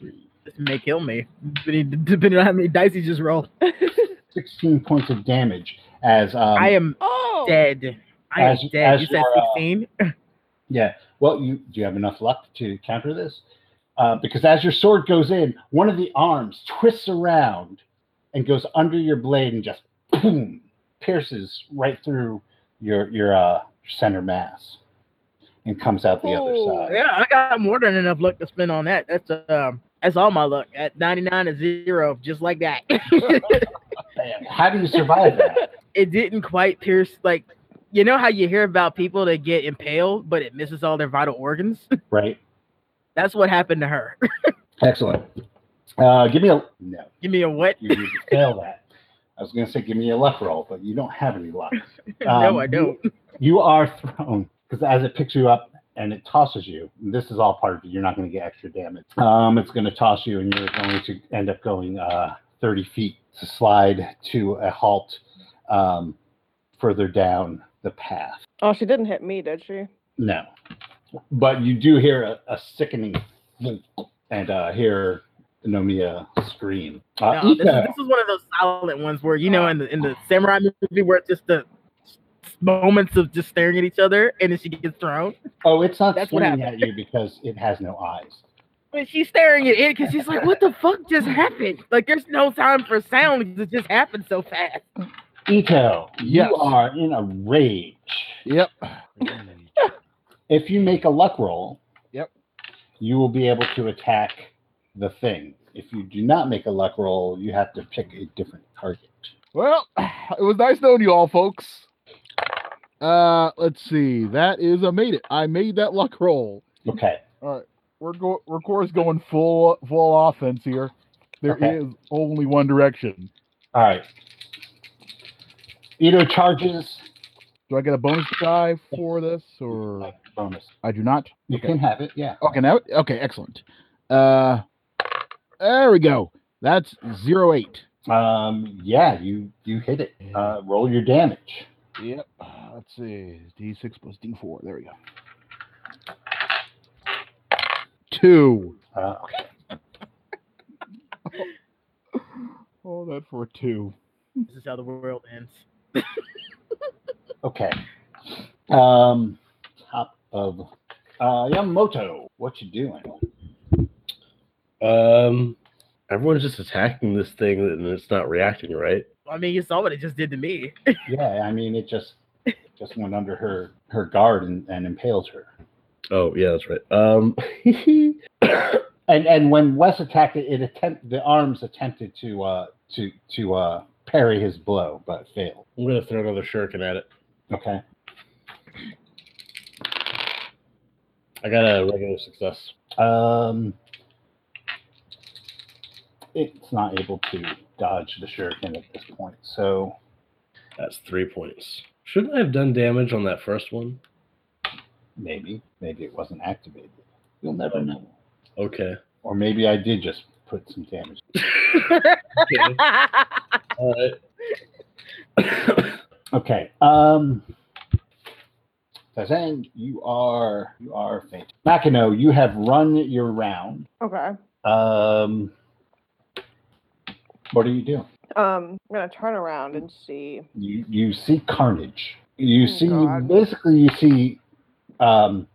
Speaker 4: This may kill me, depending depending on how many dice you just roll.
Speaker 1: 16 points of damage as um,
Speaker 4: I am
Speaker 3: Oh.
Speaker 4: dead. I am
Speaker 1: As-
Speaker 4: dead.
Speaker 1: as
Speaker 4: you said
Speaker 1: your, uh,
Speaker 4: 16?
Speaker 1: Yeah. Well, you do you have enough luck to counter this? Uh, because as your sword goes in, one of the arms twists around and goes under your blade and just boom pierces right through your your uh, center mass and comes out the
Speaker 3: Ooh,
Speaker 1: other side.
Speaker 4: Yeah, I got more than enough luck to spend on that. That's um, that's all my luck. At ninety nine to zero, just like that.
Speaker 1: Bam. How do you survive that?
Speaker 4: it didn't quite pierce. Like, you know how you hear about people that get impaled, but it misses all their vital organs.
Speaker 1: right.
Speaker 4: That's what happened to her.
Speaker 1: Excellent. Uh, give me a no.
Speaker 4: Give me a what?
Speaker 1: You need to fail that. I was going to say give me a luck roll, but you don't have any luck. Um,
Speaker 4: no, I
Speaker 1: you-
Speaker 4: don't.
Speaker 1: you are thrown because as it picks you up and it tosses you, this is all part of it. You're not going to get extra damage. Um, it's going to toss you, and you're going to end up going uh, 30 feet to slide to a halt um, further down the path.
Speaker 3: Oh, she didn't hit me, did she?
Speaker 1: No, but you do hear a, a sickening thump and uh, hear Nomia scream. Uh,
Speaker 4: No, this, is,
Speaker 1: Ika,
Speaker 4: this is one of those silent ones where you know in the in the samurai movie where it's just the moments of just staring at each other and then she gets thrown.
Speaker 1: oh, it's not
Speaker 4: That's what
Speaker 1: screaming at you because it has no eyes.
Speaker 4: But she's staring at it because she's like, "What the fuck just happened? Like, there's no time for sound because it just happened so fast."
Speaker 1: Ito,
Speaker 5: Yes.
Speaker 1: you are in a rage.
Speaker 5: Yep.
Speaker 1: If you make a luck roll,
Speaker 5: Yep.
Speaker 1: you will be able to attack the thing. If you do not make a luck roll, you have to pick a different target.
Speaker 5: Well, it was nice knowing you all, folks. Uh, let's see. That is a made it. I made that luck roll.
Speaker 1: Okay.
Speaker 5: We're go- we're of course going full full offense here. There is
Speaker 1: Okay.
Speaker 5: only one direction.
Speaker 1: All right. Ito charges.
Speaker 5: Do I get a bonus die for this, or
Speaker 1: Bonus.
Speaker 5: I do not?
Speaker 1: You
Speaker 5: Okay.
Speaker 1: can have it. Yeah.
Speaker 5: Okay, now okay, excellent. Uh, there we go. That's zero eight.
Speaker 1: Um. Yeah. You you hit it. Uh, roll your damage.
Speaker 5: Yep. Let's see. D six plus D four. There we go. Two.
Speaker 1: Uh, okay.
Speaker 5: Oh, that for a two.
Speaker 4: This is how the world ends.
Speaker 1: Okay. Um, top of uh, Yamamoto. What you doing?
Speaker 6: Um, everyone's just attacking this thing and it's not reacting right.
Speaker 4: I mean, you saw what it just did to me.
Speaker 1: Yeah. I mean, it just just went under her her guard and, and impaled her.
Speaker 6: Oh yeah, that's right. Um,
Speaker 1: And and when Wes attacked it, it attempt the arms attempted to uh to to uh parry his blow, but failed.
Speaker 6: I'm gonna throw another shuriken at it.
Speaker 1: Okay.
Speaker 6: I got a regular success.
Speaker 1: Um it's not able to dodge the shuriken at this point. So
Speaker 6: That's three points. Shouldn't I have done damage on that first one?
Speaker 1: maybe maybe it wasn't activated. You'll never know.
Speaker 6: Okay.
Speaker 1: Or maybe I did just put some damage.
Speaker 6: Okay. All
Speaker 1: Uh,
Speaker 6: right.
Speaker 1: Okay. Um Tazan, you are you are faint. Makino, you have run your round.
Speaker 3: Okay.
Speaker 1: Um, what do you do?
Speaker 3: Um, I'm gonna turn around and see.
Speaker 1: You you see carnage. You
Speaker 3: Oh,
Speaker 1: see
Speaker 3: God.
Speaker 1: basically you see, um,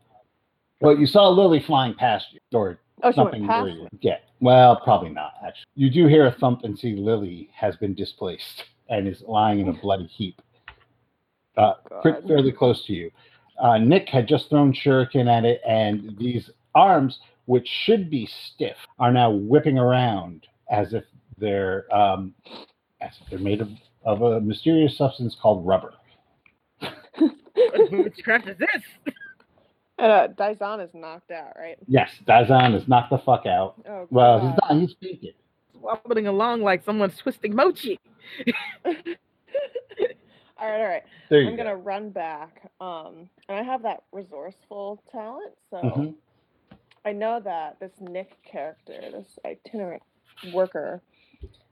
Speaker 1: well you saw Lily flying past you or
Speaker 3: Oh, she
Speaker 1: something
Speaker 3: went past
Speaker 1: near
Speaker 3: me.
Speaker 1: you. Yeah, well probably not actually. You do hear a thump and see Lily has been displaced and is lying in a bloody heap, uh,
Speaker 3: God.
Speaker 1: Uh, pretty, fairly close to you. Uh, Nick had just thrown shuriken at it, and these arms, which should be stiff, are now whipping around as if they're um, as if they're made of, of a mysterious substance called rubber.
Speaker 4: What crap is this?
Speaker 3: And, uh, Dizon is knocked out, right?
Speaker 1: Yes, Dazan is knocked the fuck out.
Speaker 3: Oh,
Speaker 1: Well,
Speaker 3: God.
Speaker 1: he's not. He's speaking.
Speaker 4: Wobbling along like someone's twisting mochi.
Speaker 3: all right, all right.
Speaker 1: There you
Speaker 3: I'm
Speaker 1: go.
Speaker 3: gonna run back. Um, and I have that resourceful talent, so
Speaker 1: Mhm.
Speaker 3: I know that this Nick character, this itinerant worker,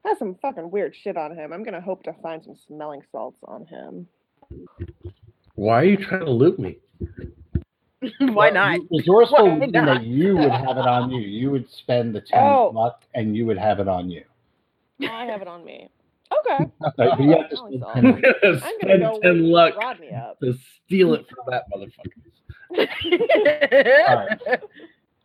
Speaker 3: has some fucking weird shit on him. I'm gonna hope to find some smelling salts on him.
Speaker 7: Why are you trying to loot me?
Speaker 4: Why
Speaker 1: Well,
Speaker 4: not?
Speaker 1: you- Resourceful
Speaker 4: Why
Speaker 1: would mean
Speaker 4: not?
Speaker 1: that you would have it on you. You would spend the ten
Speaker 3: Oh.
Speaker 1: luck, and you would have it on you.
Speaker 3: I have it on me. Okay,
Speaker 1: Like, you have to spend
Speaker 3: Smelling salts.
Speaker 1: 10 luck.
Speaker 3: I'm gonna
Speaker 7: Spend
Speaker 3: go
Speaker 7: 10
Speaker 3: wake
Speaker 7: luck
Speaker 3: Rodney up.
Speaker 7: to steal it from that motherfucker.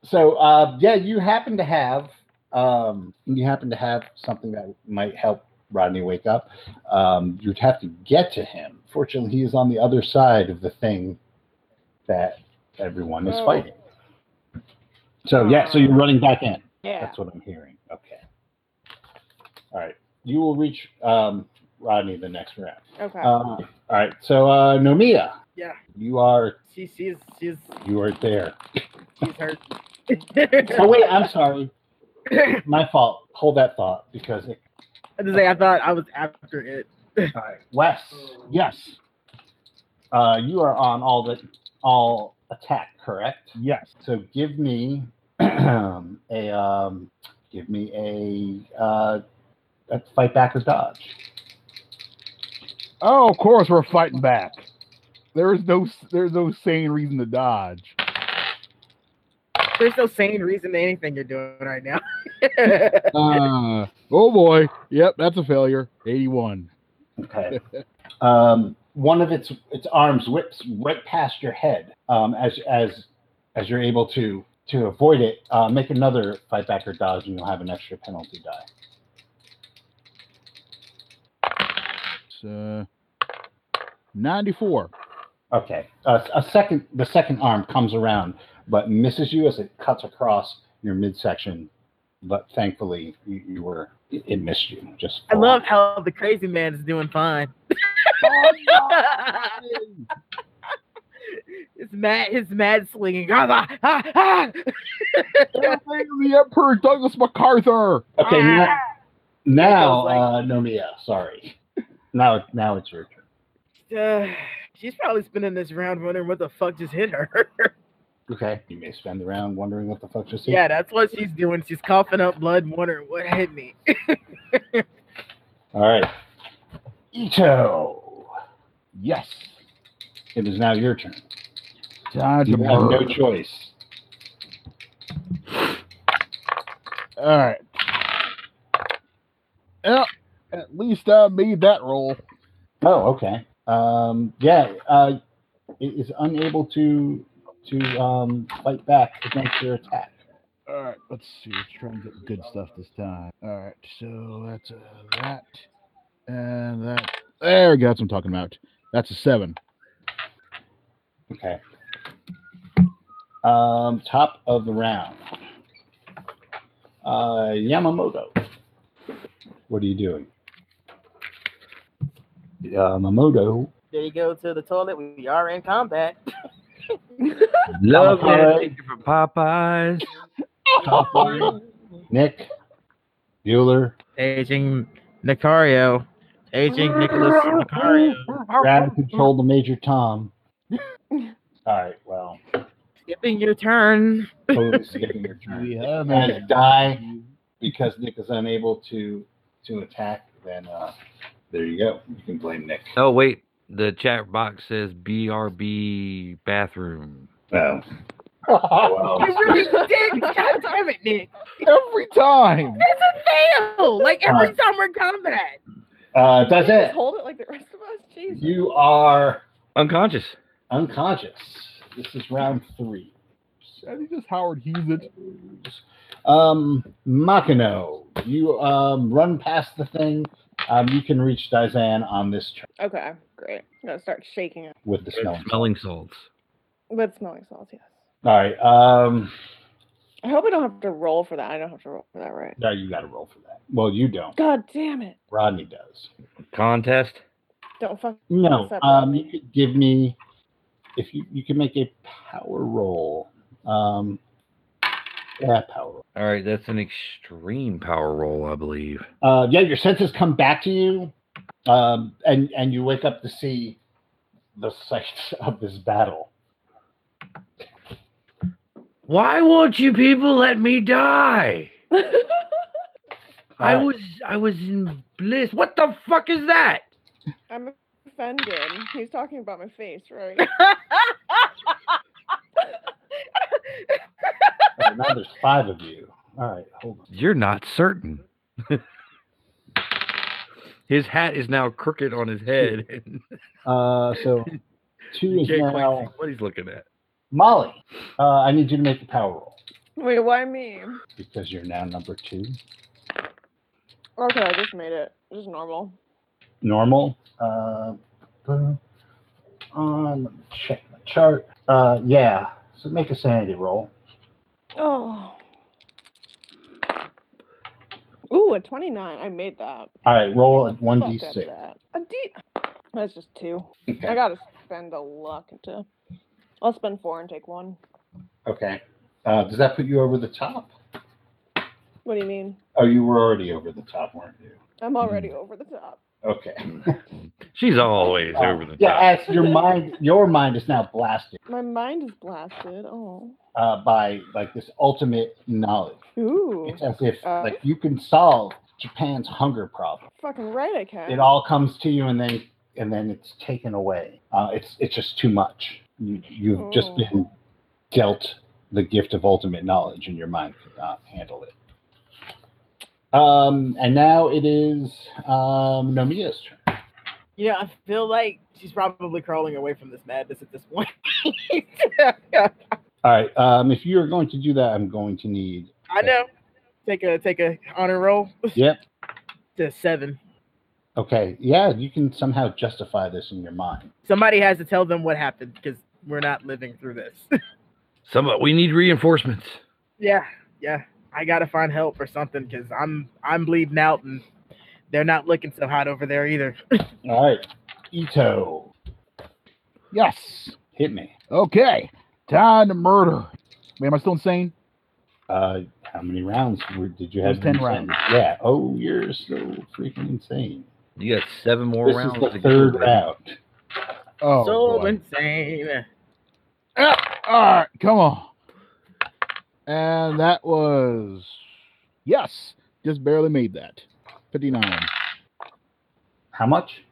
Speaker 1: So uh, yeah, you happen to have um, you happen to have something that might help Rodney wake up. Um, you'd have to get to him. Fortunately, he is on the other side of the thing that everyone is
Speaker 3: Oh.
Speaker 1: fighting. So yeah, so you're running back in.
Speaker 3: Yeah.
Speaker 1: That's what I'm hearing. Okay. All right. You will reach um, Rodney the next round.
Speaker 3: Okay.
Speaker 1: Um, all right. So uh, Nomia,
Speaker 4: Yeah.
Speaker 1: you are
Speaker 4: She, she's she's
Speaker 1: you are there.
Speaker 4: she's hurt.
Speaker 1: Oh wait, I'm sorry. My fault. Hold that thought because it.
Speaker 4: I just say I thought I was after it.
Speaker 1: All right. Wes. Yes. Uh, you are on all the all attack, correct?
Speaker 5: Yes.
Speaker 1: So give me a um, give me a, uh, a fight back or dodge.
Speaker 5: Oh, of course we're fighting back. There is no there's no sane reason to dodge.
Speaker 4: There's no sane reason to anything you're doing right now.
Speaker 5: Uh, oh boy. Yep, that's a failure. 81.
Speaker 1: Okay. um, one of its its arms whips right past your head um, as as as you're able to to avoid it. Uh, make another fight back or dodge, and you'll have an extra penalty die.
Speaker 5: It's, uh, 94.
Speaker 1: Okay. Uh, a second, the second arm comes around, but misses you as it cuts across your midsection. But thankfully, you, you were it, it missed you. Just
Speaker 4: I
Speaker 1: full
Speaker 4: love how the crazy man is doing fine. it's mad. His mad slinging. Ah, ah, ah.
Speaker 5: Everything of the Emperor Douglas MacArthur.
Speaker 1: on. Okay. now- Now,
Speaker 4: It goes like-
Speaker 1: uh, Nomia. Sorry. Now, now it's your turn.
Speaker 4: Uh, she's probably spending this round wondering what the fuck just hit her.
Speaker 1: Okay. You may spend the round wondering what the fuck just
Speaker 4: yeah, that's what she's doing. She's coughing up blood, and wondering what hit me.
Speaker 1: All right. Ito. Yes. It is now your turn.
Speaker 5: Time to
Speaker 1: You have no
Speaker 5: burn.
Speaker 1: choice.
Speaker 5: All right. Well, at least I made that roll.
Speaker 1: Oh, okay. Um, yeah, uh, it is unable to to um, fight back against your attack.
Speaker 5: All right, let's see. Let's try and get good stuff this time. All right, so that's a that and that. There we go. That's what I'm talking about. That's a seven.
Speaker 1: Okay. Um, top of the round. Uh, Yamamoto. What are you doing? Yamamoto.
Speaker 4: There you go to the toilet. We are in combat.
Speaker 2: Love
Speaker 1: Popeye.
Speaker 2: that chicken from Popeyes.
Speaker 1: Nick. Bueller.
Speaker 4: Aging Nicario. Aging Nicholas Nicario.
Speaker 1: Grab and control the Major Tom. All right, well,
Speaker 4: Skipping your turn.
Speaker 1: totally skipping your turn.
Speaker 5: We have
Speaker 1: guys
Speaker 5: a-
Speaker 1: die because Nick is unable to to attack, then uh, there you go. You can blame Nick.
Speaker 2: Oh wait, the chat box says BRB bathroom.
Speaker 1: Oh.
Speaker 4: You really did. God damn it, Nick.
Speaker 5: every time.
Speaker 4: It's a fail. Like every time we're in combat.
Speaker 1: uh, that's
Speaker 3: Just
Speaker 1: it.
Speaker 3: hold it like the rest of us. Jesus.
Speaker 1: You are
Speaker 2: Unconscious.
Speaker 1: unconscious. This is round three.
Speaker 5: I think just Howard Hughes it.
Speaker 1: Um, Makino, you um, run past the thing. Um, you can reach Dizan on this turn
Speaker 3: Okay, great. I'm gonna start shaking it
Speaker 1: with the smelling.
Speaker 2: Smelling salts.
Speaker 3: with smelling salts. Yes.
Speaker 1: All right. Um,
Speaker 3: I hope I don't have to roll for that. I don't have to roll for that, right?
Speaker 1: No, you got to roll for that. Well, you don't.
Speaker 3: God damn it.
Speaker 1: Rodney does.
Speaker 2: Contest.
Speaker 3: Don't fuck.
Speaker 1: No.
Speaker 3: What's up,
Speaker 1: Um,
Speaker 3: Rodney?
Speaker 1: you could give me if you you can make a power roll. Um, yeah, power roll.
Speaker 2: All right, that's an extreme power roll, I believe.
Speaker 1: Uh, yeah, your senses come back to you, um, and and you wake up to see the sights of this battle.
Speaker 2: Why won't you people let me die? I
Speaker 1: Uh,
Speaker 2: was I was in bliss. What the fuck is that?
Speaker 3: I'm offended. He's talking about my face, right?
Speaker 1: oh, now there's five of you. All right, hold on.
Speaker 2: You're not certain. his hat is now crooked on his head. And
Speaker 1: Uh, so two
Speaker 2: you
Speaker 1: is
Speaker 2: can't quite see
Speaker 1: now
Speaker 2: what he's looking at.
Speaker 1: Molly. Uh, I need you to make a power roll
Speaker 3: Wait, why me?
Speaker 1: because you're now number two.
Speaker 3: Okay, I just made it. Just normal.
Speaker 1: normal. Uh, boom. Um, let me check my chart. Uh, yeah. So make a sanity roll.
Speaker 3: Oh. Ooh, a 29. I made that.
Speaker 1: All right, roll at one
Speaker 3: Fuck
Speaker 1: d
Speaker 3: out of
Speaker 1: six.
Speaker 3: that. A D. That's just two. I
Speaker 1: Okay.
Speaker 3: gotta spend a luck to. I'll spend four and take one.
Speaker 1: Okay. Uh, does that put you over the top?
Speaker 3: What do you mean?
Speaker 1: Oh, you were already over the top, weren't you?
Speaker 3: I'm already
Speaker 1: Hmm.
Speaker 3: over the top.
Speaker 1: Okay.
Speaker 2: She's always
Speaker 1: Uh,
Speaker 2: over the top.
Speaker 1: yeah, as your mind, your mind is now blasted
Speaker 3: My mind is blasted. Oh.
Speaker 1: uh, by like this ultimate knowledge.
Speaker 3: Ooh.
Speaker 1: It's as if
Speaker 3: Uh.
Speaker 1: like you can solve Japan's hunger problem.
Speaker 3: Fucking right, I can.
Speaker 1: it all comes to you and then and then it's taken away uh, it's it's just too much you, you've just
Speaker 3: Oh.
Speaker 1: been dealt the gift of ultimate knowledge and your mind could not handle it um, and now it is um, Nomiya's turn.
Speaker 4: You know, I feel like she's probably crawling away from this madness at this point.
Speaker 1: All right. Um, if you're going to do that, I'm going to need.
Speaker 4: I know. Take a take a honor roll
Speaker 1: Yep.
Speaker 4: to seven.
Speaker 1: Okay. Yeah, you can somehow justify this in your mind.
Speaker 4: Somebody has to tell them what happened because we're not living through this.
Speaker 2: Some we need reinforcements.
Speaker 4: yeah, yeah. I gotta find help or something because I'm I'm bleeding out and they're not looking so hot over there either.
Speaker 1: All right. Ito,
Speaker 5: Yes.
Speaker 1: hit me.
Speaker 5: Okay. Time to murder. Wait, am I still insane?
Speaker 1: Uh, how many rounds were, did you
Speaker 5: It was
Speaker 1: have?
Speaker 5: 10
Speaker 1: insane?
Speaker 5: rounds.
Speaker 1: Yeah. Oh, you're so freaking insane.
Speaker 2: You got seven more
Speaker 1: This is
Speaker 2: rounds.
Speaker 1: the
Speaker 2: to go,
Speaker 1: third
Speaker 2: baby.
Speaker 1: round.
Speaker 5: Oh.
Speaker 4: so
Speaker 5: boy.
Speaker 4: insane.
Speaker 5: Ah, all right, come on. And that was yes, just barely made that. 59.
Speaker 1: How much?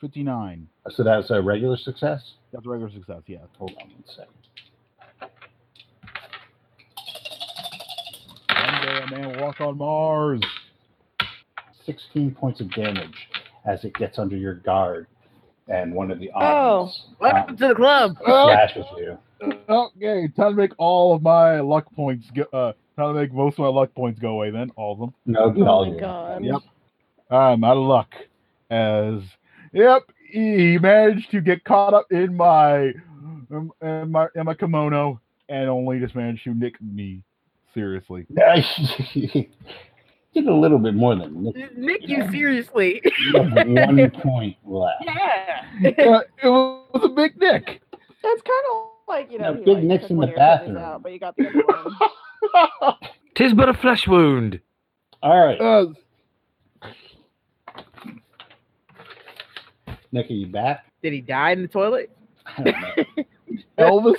Speaker 5: 59.
Speaker 1: So that's a regular success.
Speaker 5: That's regular success, yeah.
Speaker 1: Hold on one second.
Speaker 5: One day a man walked on Mars.
Speaker 1: Sixteen points of damage as it gets under your guard, and one of the
Speaker 3: Oh.
Speaker 1: arms
Speaker 4: Welcome to the club.
Speaker 1: slashes you.
Speaker 5: Ah, Okay, time to make all of my luck points go. Uh, time to make most of my luck points go away. Then all of them.
Speaker 1: No,
Speaker 3: Oh
Speaker 1: not all
Speaker 3: my
Speaker 1: you.
Speaker 3: God.
Speaker 1: Yep.
Speaker 5: I'm out of Ah, luck. As yep, he managed to get caught up in my in, in my in my kimono and only just managed to nick me. Seriously.
Speaker 1: Did a little bit more than Nick.
Speaker 4: Nick, you seriously?
Speaker 1: You have one point left.
Speaker 4: yeah.
Speaker 5: Uh, it was a big nick.
Speaker 3: That's kind of like, you know,
Speaker 1: No,
Speaker 3: he,
Speaker 1: Big
Speaker 3: like,
Speaker 1: Nick's
Speaker 3: took
Speaker 1: in
Speaker 3: one
Speaker 1: the
Speaker 3: of your fingers
Speaker 1: bathroom.
Speaker 3: Out, but you got the other one.
Speaker 2: Tis but a flesh wound.
Speaker 1: All right,
Speaker 5: Uh,
Speaker 1: Nick, are you back?
Speaker 4: Did he die in the toilet?
Speaker 1: I don't know.
Speaker 5: Elvis.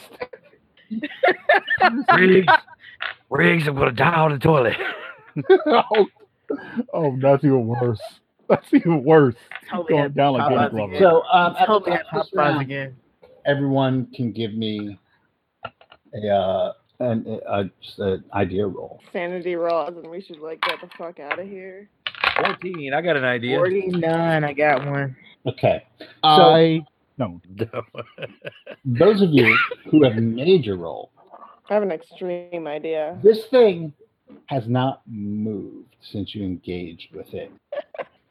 Speaker 2: Riggs, Riggs, I'm gonna die on the toilet.
Speaker 5: oh, oh, that's even worse. That's even worse.
Speaker 4: Totally
Speaker 5: Going
Speaker 4: had
Speaker 5: down
Speaker 4: Popeyes
Speaker 5: like Danny Glover.
Speaker 4: again.
Speaker 1: So um, at the
Speaker 4: totally
Speaker 1: top
Speaker 4: had
Speaker 1: of this
Speaker 4: Popeyes
Speaker 1: round,
Speaker 4: again.
Speaker 1: everyone can give me a uh, an a, a, just an idea roll.
Speaker 3: Sanity rolls, and we should, like, get the fuck out of here.
Speaker 2: 14. I got an idea.
Speaker 4: Forty-nine. I got one.
Speaker 1: Okay,
Speaker 5: I no.
Speaker 1: those of you who have made your roll,
Speaker 3: I have an extreme idea.
Speaker 1: this thing has not moved since you engaged with it.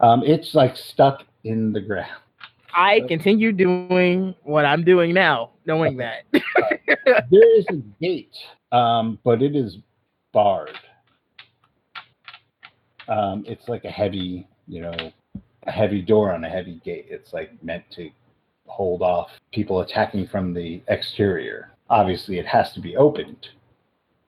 Speaker 1: Um, it's like stuck in the ground.
Speaker 4: I continue doing what I'm doing now, knowing that.
Speaker 1: There is a gate, um, but it is bard. Um, it's like a heavy, you know, a heavy door on a heavy gate. It's like meant to hold off people attacking from the exterior. Obviously, it has to be opened,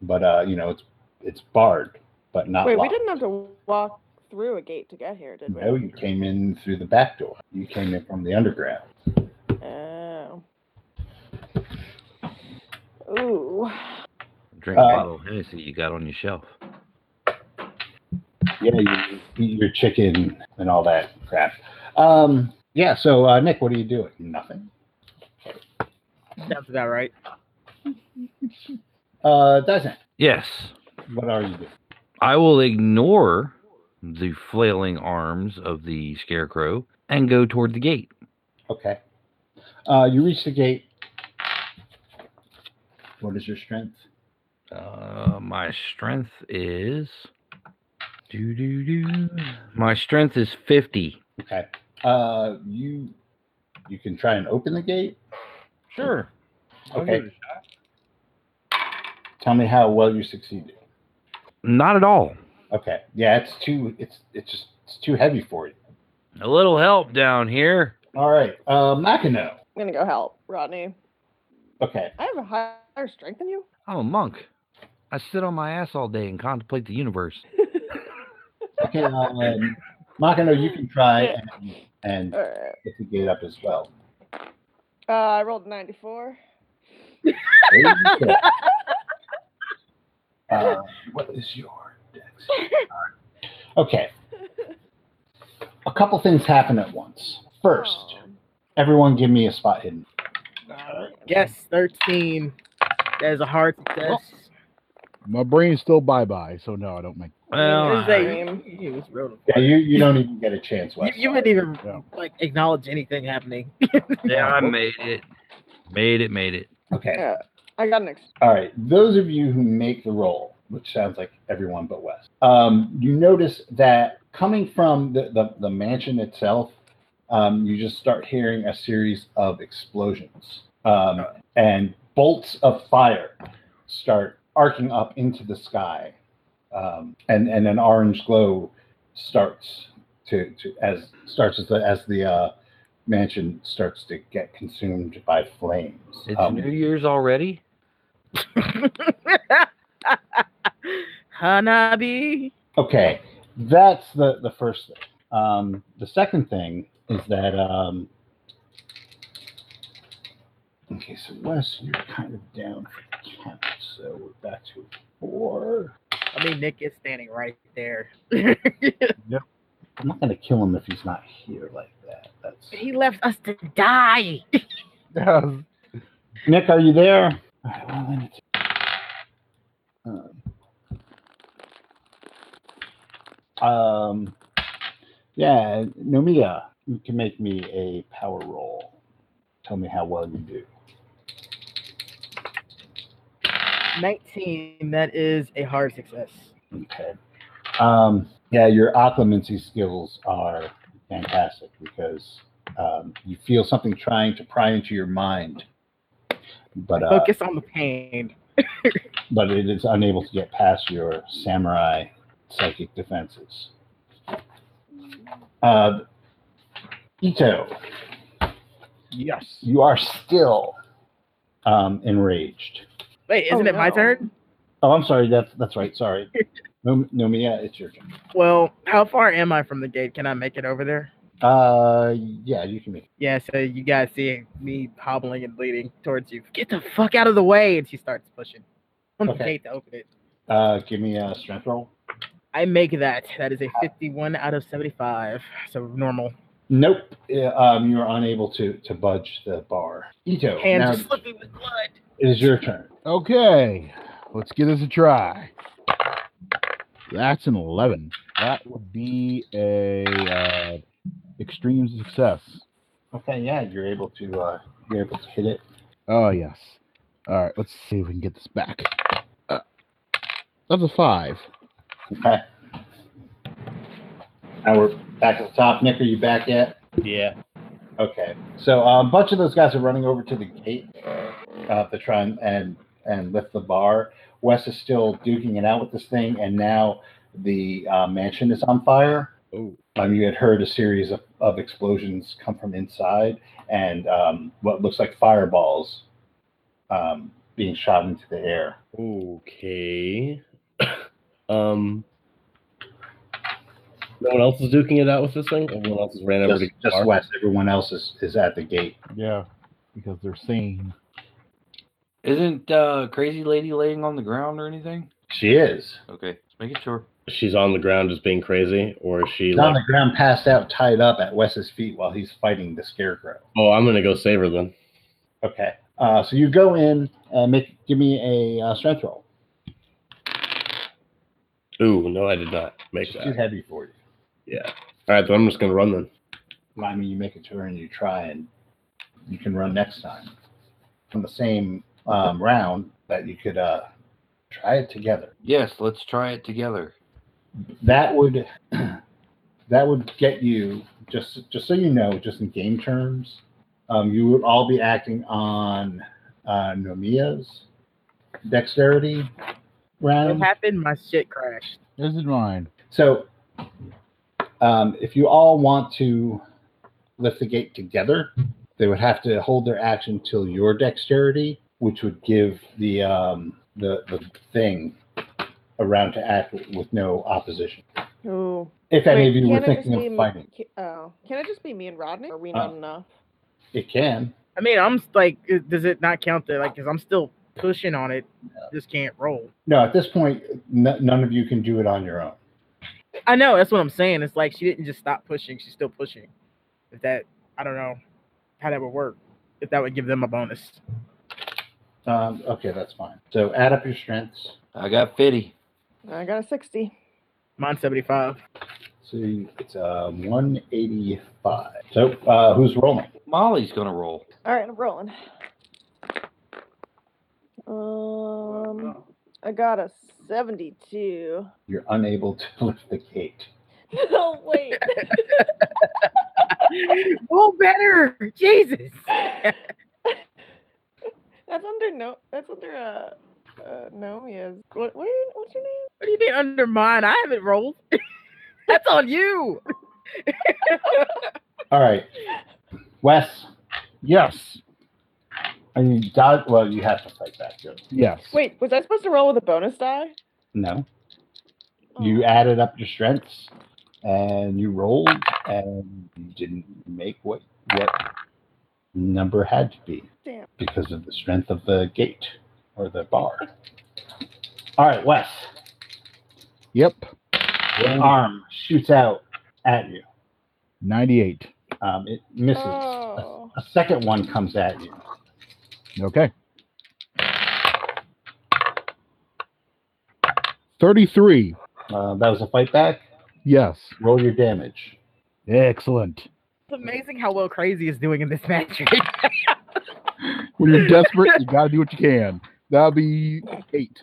Speaker 1: but uh, you know, it's it's barred, but not
Speaker 3: Wait, we
Speaker 1: locked.
Speaker 3: didn't have to walk through a gate to get here, did we?
Speaker 1: No, you came in through the back door. You came in from the underground.
Speaker 3: Oh. Ooh.
Speaker 2: Drink a
Speaker 1: Uh,
Speaker 2: bottle of Hennessy you got on your shelf.
Speaker 1: Yeah, you eat your chicken and all that crap. Um, yeah. So, uh, Nick, what are you doing? Nothing.
Speaker 4: Sounds about right.
Speaker 1: Uh, doesn't.
Speaker 2: Yes,
Speaker 1: What are you doing?
Speaker 2: I will ignore the flailing arms of the scarecrow and go toward the gate.
Speaker 1: Okay. Uh, you reach the gate. What is your strength?
Speaker 2: Uh, my strength is. Do do do. My strength is fifty.
Speaker 1: Okay. Uh, you you can try and open the gate.
Speaker 2: Sure.
Speaker 1: Okay. Tell me how well you succeeded.
Speaker 2: Not at all.
Speaker 1: Okay. Yeah, it's too. It's it's just it's too heavy for you.
Speaker 2: A little help down here.
Speaker 1: All right. Uh, Mackinac.
Speaker 3: I'm going to go help, Rodney.
Speaker 1: Okay.
Speaker 3: I have a higher strength than you.
Speaker 2: I'm a monk. I sit on my ass all day and contemplate the universe.
Speaker 1: Okay. Um, Mackinac, you can try and, and
Speaker 3: All right.
Speaker 1: get the gate up as well.
Speaker 3: Uh, I rolled a 94.
Speaker 1: There you go. Uh, what is your dex? Okay. A couple things happen at once. First,
Speaker 3: Oh.
Speaker 1: everyone give me a spot hidden.
Speaker 4: Yes, thirteen. That is a hard success.
Speaker 5: My brain's still bye bye, so no, I don't make.
Speaker 2: Well,
Speaker 4: It was a-
Speaker 3: alright.
Speaker 4: it was real.
Speaker 1: Yeah, you, you don't even get a chance.
Speaker 4: You,
Speaker 1: Wes.
Speaker 4: you wouldn't even
Speaker 5: Yeah.
Speaker 4: like acknowledge anything happening.
Speaker 2: yeah, I made it. Made it. Made it.
Speaker 1: Okay.
Speaker 3: Yeah, I got an ex-
Speaker 1: All right. Those of you who make the roll, which sounds like everyone but Wes, um, you notice that coming from the, the, the mansion itself, um, you just start hearing a series of explosions um, and bolts of fire start arcing up into the sky. Um, and, and an orange glow starts to, to as starts as the, as the uh, mansion starts to get consumed by flames.
Speaker 2: It's
Speaker 1: Um,
Speaker 2: New Year's already.
Speaker 4: Hanabi.
Speaker 1: Okay, that's the the first thing. Um, the second thing is that um, okay, so Wes, you're kind of down for count, so we're back to four.
Speaker 4: I mean, Nick is standing right there.
Speaker 1: I'm not gonna kill him if he's not here like that. That's
Speaker 4: he left us to die.
Speaker 5: Yes.
Speaker 1: Nick. Are you there? Uh, All right, well, then it's- Um, um, yeah, Nomia, you can make me a power roll. Tell me how well you do.
Speaker 4: 19. That is a hard success.
Speaker 1: Okay. Um, yeah, your occlumency skills are fantastic because um, you feel something trying to pry into your mind, but uh,
Speaker 4: Focus on the pain.
Speaker 1: but it is unable to get past your samurai psychic defenses. Uh, Ito,
Speaker 5: Yes.
Speaker 1: you are still um, enraged.
Speaker 4: Wait, isn't
Speaker 3: Oh,
Speaker 4: it my
Speaker 3: no.
Speaker 4: turn?
Speaker 1: Oh, I'm sorry. That's that's right. Sorry. No, Nomia, it's your turn.
Speaker 4: Well, how far am I from the gate? Can I make it over there?
Speaker 1: Uh, yeah, you can make.
Speaker 4: Yeah, so you guys see me hobbling and bleeding towards you. Get the fuck out of the way! And she starts pushing on the
Speaker 1: Okay.
Speaker 4: gate to open it.
Speaker 1: Uh, give me a strength roll.
Speaker 4: I make that. That is a 51 out of 75. So normal.
Speaker 1: Nope. Yeah, Um, you are unable to to budge the bar. Ito,
Speaker 4: Hands
Speaker 1: now
Speaker 4: are slipping with blood.
Speaker 1: it is your turn.
Speaker 5: Okay. Let's give this a try. That's an eleven. That would be a uh, extreme success.
Speaker 1: Okay, yeah, you're able to uh, you're able to hit it.
Speaker 5: Oh yes. All right. Let's see if we can get this back. Uh, that's a five.
Speaker 1: Okay. Now we're back at the top. Nick, are you back yet?
Speaker 5: Yeah.
Speaker 1: Okay. So uh, a bunch of those guys are running over to the gate uh, to try and, and and lift the bar. Wes is still duking it out with this thing, and now the uh, mansion is on fire.
Speaker 2: Oh.
Speaker 1: Um, you had heard a series of, of explosions come from inside, and um, what looks like fireballs um, being shot into the air.
Speaker 7: Okay. um. No one else is duking it out with this thing. Everyone else has ran over
Speaker 1: Just,
Speaker 7: to
Speaker 1: just
Speaker 7: Gar?
Speaker 1: Wes. Everyone else is, is at the gate.
Speaker 5: Yeah, because they're sane.
Speaker 2: Isn't uh, Crazy Lady laying on the ground or anything?
Speaker 1: She is.
Speaker 2: Okay, just making sure.
Speaker 7: She's on the ground just being crazy, or is she
Speaker 1: She's on
Speaker 7: like,
Speaker 1: the ground, passed out, tied up at Wes's feet while he's fighting the scarecrow.
Speaker 7: "Oh, I'm gonna go save her then."
Speaker 1: Okay. Uh, so you go in and make give me a uh, strength roll.
Speaker 7: Ooh, no, I did not make
Speaker 1: She's
Speaker 7: that.
Speaker 1: too heavy for you.
Speaker 7: Yeah. All right, then I'm just gonna run then.
Speaker 1: Well, I mean, you make it to her and you try, and you can run next time from the same um, round that you could uh, try it together.
Speaker 2: Yes, let's try it together.
Speaker 1: That would that would get you just just so you know, just in game terms, um, you would all be acting on uh, Nomiya's dexterity
Speaker 4: It
Speaker 1: round.
Speaker 4: happened. My shit crashed.
Speaker 5: This is mine.
Speaker 1: So, um, if you all want to lift the gate together, they would have to hold their action till your dexterity, which would give the um, the the thing around to act with no opposition.
Speaker 3: Ooh.
Speaker 1: If any
Speaker 3: Wait,
Speaker 1: of you were
Speaker 3: can't it just
Speaker 1: thinking
Speaker 3: be
Speaker 1: of
Speaker 3: me-
Speaker 1: fighting,
Speaker 3: ca- Oh, can it just be me and Rodney? Are we
Speaker 1: Uh,
Speaker 3: not enough?
Speaker 1: it can.
Speaker 4: I mean, I'm s- like, i- does it not count that? Like, cause I'm still pushing on it. Just can't roll.
Speaker 1: No, at this point, n- none of you can do it on your own.
Speaker 4: I know. That's what I'm saying. It's like she didn't just stop pushing. She's still pushing. If that, I don't know how that would work. If that would give them a bonus.
Speaker 1: Um, okay, that's fine. So add up your strengths.
Speaker 2: I got Fitty.
Speaker 3: I got a 60.
Speaker 4: Mine 75.
Speaker 1: So you- it's uh, 185. So uh, who's rolling?
Speaker 2: Molly's gonna roll.
Speaker 3: All right, I'm rolling. Um, I got a 72.
Speaker 1: You're unable to lift the gate.
Speaker 3: No, Oh, wait.
Speaker 4: roll better. Jesus.
Speaker 3: that's under no. That's under uh, uh Nomia's. What? what are you- what's your name?
Speaker 4: What do you mean under mine? I haven't rolled. That's on you.
Speaker 1: All right, Wes.
Speaker 5: Yes.
Speaker 1: I mean, dodge. Well, you have to fight back. Joe.
Speaker 5: Yes.
Speaker 3: Wait, was I supposed to roll with a bonus die?
Speaker 1: No,
Speaker 3: Oh,
Speaker 1: you added up your strengths, and you rolled, and you didn't make what what number had to be
Speaker 3: Damn.
Speaker 1: because of the strength of the gate or the bar. All right, Wes.
Speaker 5: Yep.
Speaker 1: Your arm shoots out at you.
Speaker 5: Ninety-eight.
Speaker 1: Um, it misses. A,
Speaker 3: Oh.
Speaker 1: a second one comes at you.
Speaker 5: Okay. Thirty-three.
Speaker 1: Uh, that was a fight back.
Speaker 5: Yes.
Speaker 1: Roll your damage.
Speaker 5: Excellent.
Speaker 4: It's amazing how well Crazy is doing in this match.
Speaker 5: When you're desperate, you gotta do what you can. That'll be eight.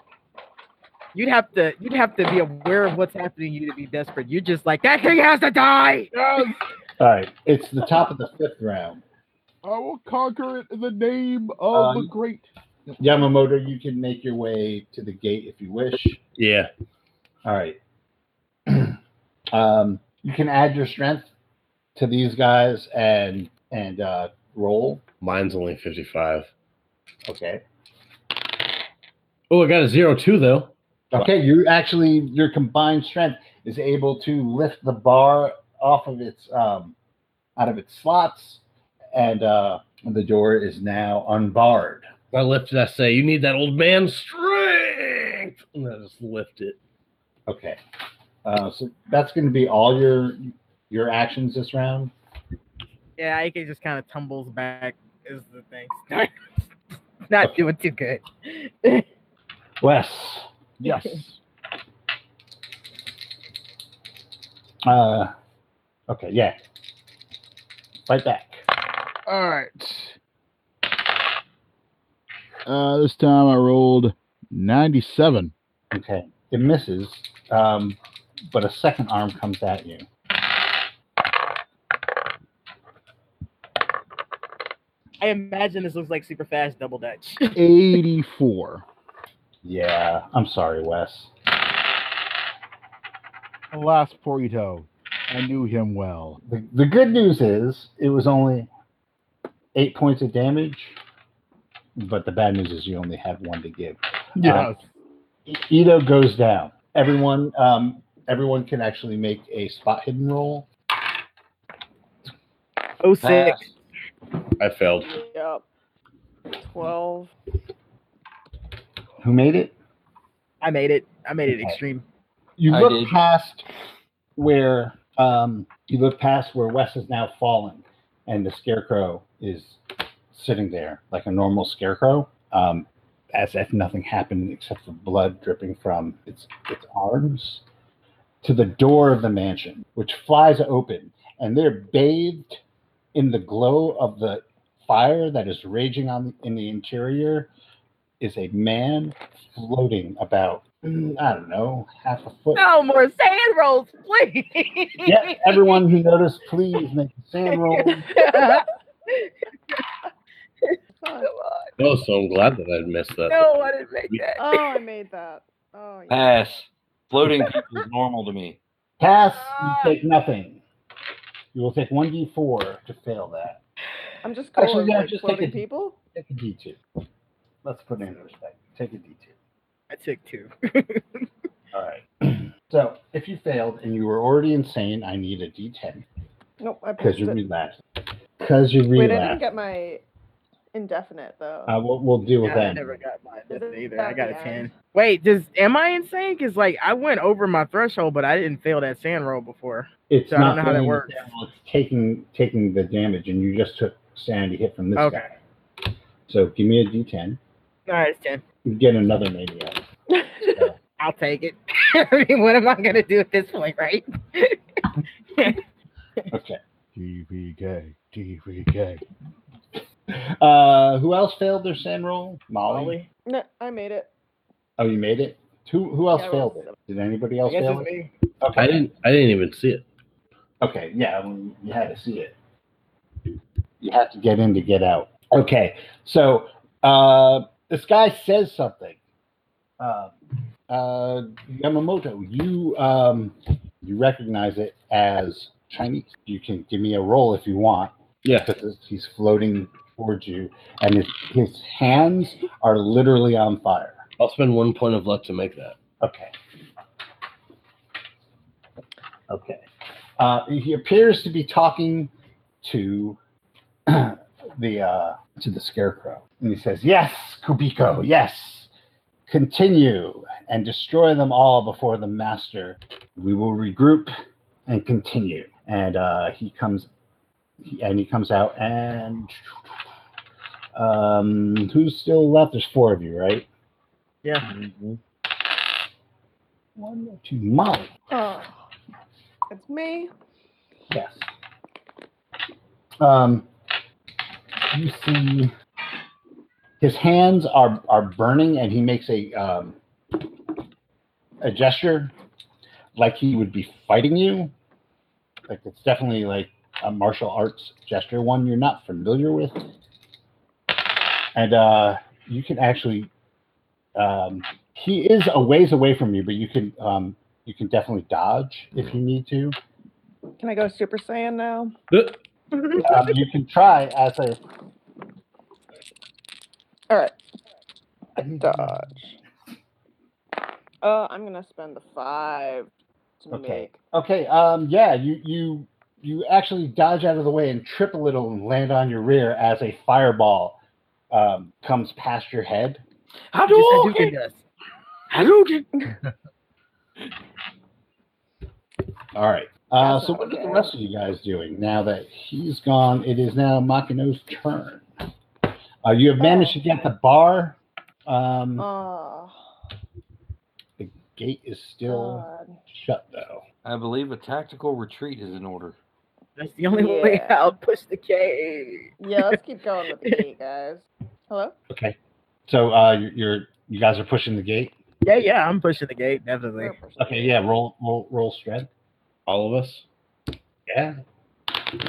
Speaker 4: you'd have to you'd have to be aware of what's happening. You to be desperate. You're just like that thing has to die.
Speaker 1: All right, it's the top of the fifth round.
Speaker 5: I will conquer it in the name of
Speaker 1: Uh,
Speaker 5: the great.
Speaker 1: Yamamoto, you can make your way to the gate if you wish.
Speaker 7: Yeah.
Speaker 1: All right. um, you can add your strength to these guys and and uh, roll.
Speaker 7: Mine's only 55.
Speaker 1: Okay.
Speaker 7: Oh, I got a zero two though.
Speaker 1: Okay. You actually your combined strength is able to lift the bar off of its um, out of its slots, and uh, the door is now unbarred.
Speaker 7: I lifted. I say, you need that old man's strength. And I just lift it.
Speaker 1: Okay. Uh, so that's going to be all your your actions this round.
Speaker 4: Yeah, Ike just kind of tumbles back is the thing. Not doing too good.
Speaker 1: Wes.
Speaker 5: Yes.
Speaker 1: Uh, okay. Yeah. Right back.
Speaker 5: All right. Uh, this time I rolled 97.
Speaker 1: Okay. It misses, um, but a second arm comes at you.
Speaker 4: I imagine this looks like super fast double dutch.
Speaker 5: 84.
Speaker 1: Yeah, I'm sorry, Wes.
Speaker 5: Alas, poor Ito. I knew him well.
Speaker 1: The, the good news is it was only eight points of damage, but the bad news is you only have one to give.
Speaker 5: Yes.
Speaker 1: I- Ito goes down. Everyone, um, everyone can actually make a spot hidden roll.
Speaker 4: Oh six.
Speaker 7: I failed.
Speaker 3: Yep. Twelve.
Speaker 1: Who made it?
Speaker 4: I made it. I made it
Speaker 1: Okay.
Speaker 4: extreme.
Speaker 1: You
Speaker 2: I
Speaker 1: look
Speaker 2: did.
Speaker 1: past where um, you look past where Wes is now fallen, and the scarecrow is sitting there like a normal scarecrow, um, as if nothing happened except for blood dripping from its its arms to the door of the mansion, which flies open, and they're bathed in the glow of the fire that is raging on in the interior. Is a man floating about, mm, I don't know, half a foot
Speaker 4: No more sand rolls, please.
Speaker 1: yeah, everyone who noticed, please make a sand roll.
Speaker 3: Fun.
Speaker 7: Oh, so I'm glad that I missed that.
Speaker 4: no, I didn't make that.
Speaker 3: Oh, I made that. Oh,
Speaker 1: Uh,
Speaker 3: yeah.
Speaker 8: Pass. Floating people is normal to me.
Speaker 1: Pass,
Speaker 4: Oh.
Speaker 1: you take nothing. You will take 1d4 to fail that.
Speaker 3: I'm just cool
Speaker 1: Actually,
Speaker 3: with,
Speaker 1: yeah,
Speaker 3: like,
Speaker 1: just take
Speaker 3: floating
Speaker 1: it.
Speaker 3: people.
Speaker 1: Take a d2. Let's put it in respect. Take a d2.
Speaker 4: I took two.
Speaker 1: All right. so if you failed and you were already insane, I need a d10
Speaker 3: Nope, I
Speaker 1: because
Speaker 3: passed
Speaker 1: you
Speaker 3: it.
Speaker 1: relapsed. Because you
Speaker 3: Wait, I didn't
Speaker 1: relapsed.
Speaker 3: get my indefinite though.
Speaker 1: Uh, we'll, we'll deal with
Speaker 4: Yeah, I
Speaker 1: that.
Speaker 4: never got mine
Speaker 3: Is
Speaker 4: that's
Speaker 3: it
Speaker 4: either. I
Speaker 3: at
Speaker 4: got a
Speaker 3: the
Speaker 4: ten.
Speaker 3: end?
Speaker 4: Wait, does am I insane? Cause like I went over my threshold, but I didn't fail that sand roll before.
Speaker 1: It's
Speaker 4: So I don't
Speaker 1: not
Speaker 4: know how that
Speaker 1: failing the
Speaker 4: works.
Speaker 1: sand roll, It's taking taking the damage, and you just took sanity hit from this
Speaker 4: Okay.
Speaker 1: guy. So give me a d10.
Speaker 4: All right, it's ten.
Speaker 1: You get another maniac.
Speaker 4: I'll take it. I mean, what am I gonna do at this point, right?
Speaker 1: Okay.
Speaker 5: TPK. TPK.
Speaker 1: Uh, who else failed their sand roll? Molly.
Speaker 3: no, I made it.
Speaker 1: Oh, you made it. Who who else
Speaker 3: Yeah, I
Speaker 1: failed
Speaker 3: was-
Speaker 1: it? Did anybody
Speaker 4: I
Speaker 1: else
Speaker 4: guess
Speaker 1: fail
Speaker 4: it's
Speaker 1: it?
Speaker 4: me.
Speaker 1: Okay.
Speaker 7: I didn't. I didn't even see it.
Speaker 1: Okay. Yeah, well, you had to see it. You have to get in to get out. Okay. So uh, this guy says something. Uh, uh, Yamamoto, you um, you recognize it as Chinese. You can give me a roll if you want.
Speaker 7: Yeah.
Speaker 1: because he's floating towards you, and his, his hands are literally on fire.
Speaker 7: I'll spend one point of luck to make that.
Speaker 1: Okay. Okay. Uh, he appears to be talking to the uh, to the scarecrow, and he says, "Yes, Kubiko, yes, continue and destroy them all before the master. We will regroup and continue." And uh, he comes, he, and he comes out, and um, who's still left? There's four of you, right?
Speaker 4: Yeah.
Speaker 1: One, two, Molly.
Speaker 3: Oh, it's me.
Speaker 1: Yes. Um, you see, his hands are are burning, and he makes a um, a gesture like he would be fighting you. Like it's definitely like a martial arts gesture, one you're not familiar with, and uh, you can actually. Um, he is a ways away from you, but you can um, you can definitely dodge if you need to.
Speaker 3: Can I go Super Saiyan now?
Speaker 1: um, you can try as a.
Speaker 3: All right,
Speaker 1: I need to-
Speaker 3: dodge. Uh, I'm gonna spend the five to
Speaker 1: Okay.
Speaker 3: make.
Speaker 1: Okay. Um. Yeah. You you you actually dodge out of the way and trip a little and land on your rear as a fireball um, comes past your head.
Speaker 4: Hadouken. Hadouken.
Speaker 1: All right. Uh,
Speaker 3: That's
Speaker 1: so
Speaker 3: not
Speaker 1: what are the
Speaker 3: okay.
Speaker 1: rest of you guys doing now that he's gone? It is now Makino's turn. Uh, you have managed to get the bar. Um,
Speaker 3: Oh,
Speaker 1: gate is still
Speaker 3: God.
Speaker 1: shut though.
Speaker 8: I believe a tactical retreat is in order.
Speaker 4: That's the only way
Speaker 3: Yeah.
Speaker 4: out. Push the cave.
Speaker 3: Yeah, let's keep going with the gate, guys. Hello.
Speaker 1: Okay. So uh, you're, you're you guys are pushing the gate.
Speaker 4: Yeah, yeah, I'm pushing the gate definitely.
Speaker 3: We're pushing
Speaker 1: Okay.
Speaker 3: it.
Speaker 1: Yeah. Roll roll roll strength.
Speaker 7: All of us.
Speaker 1: Yeah.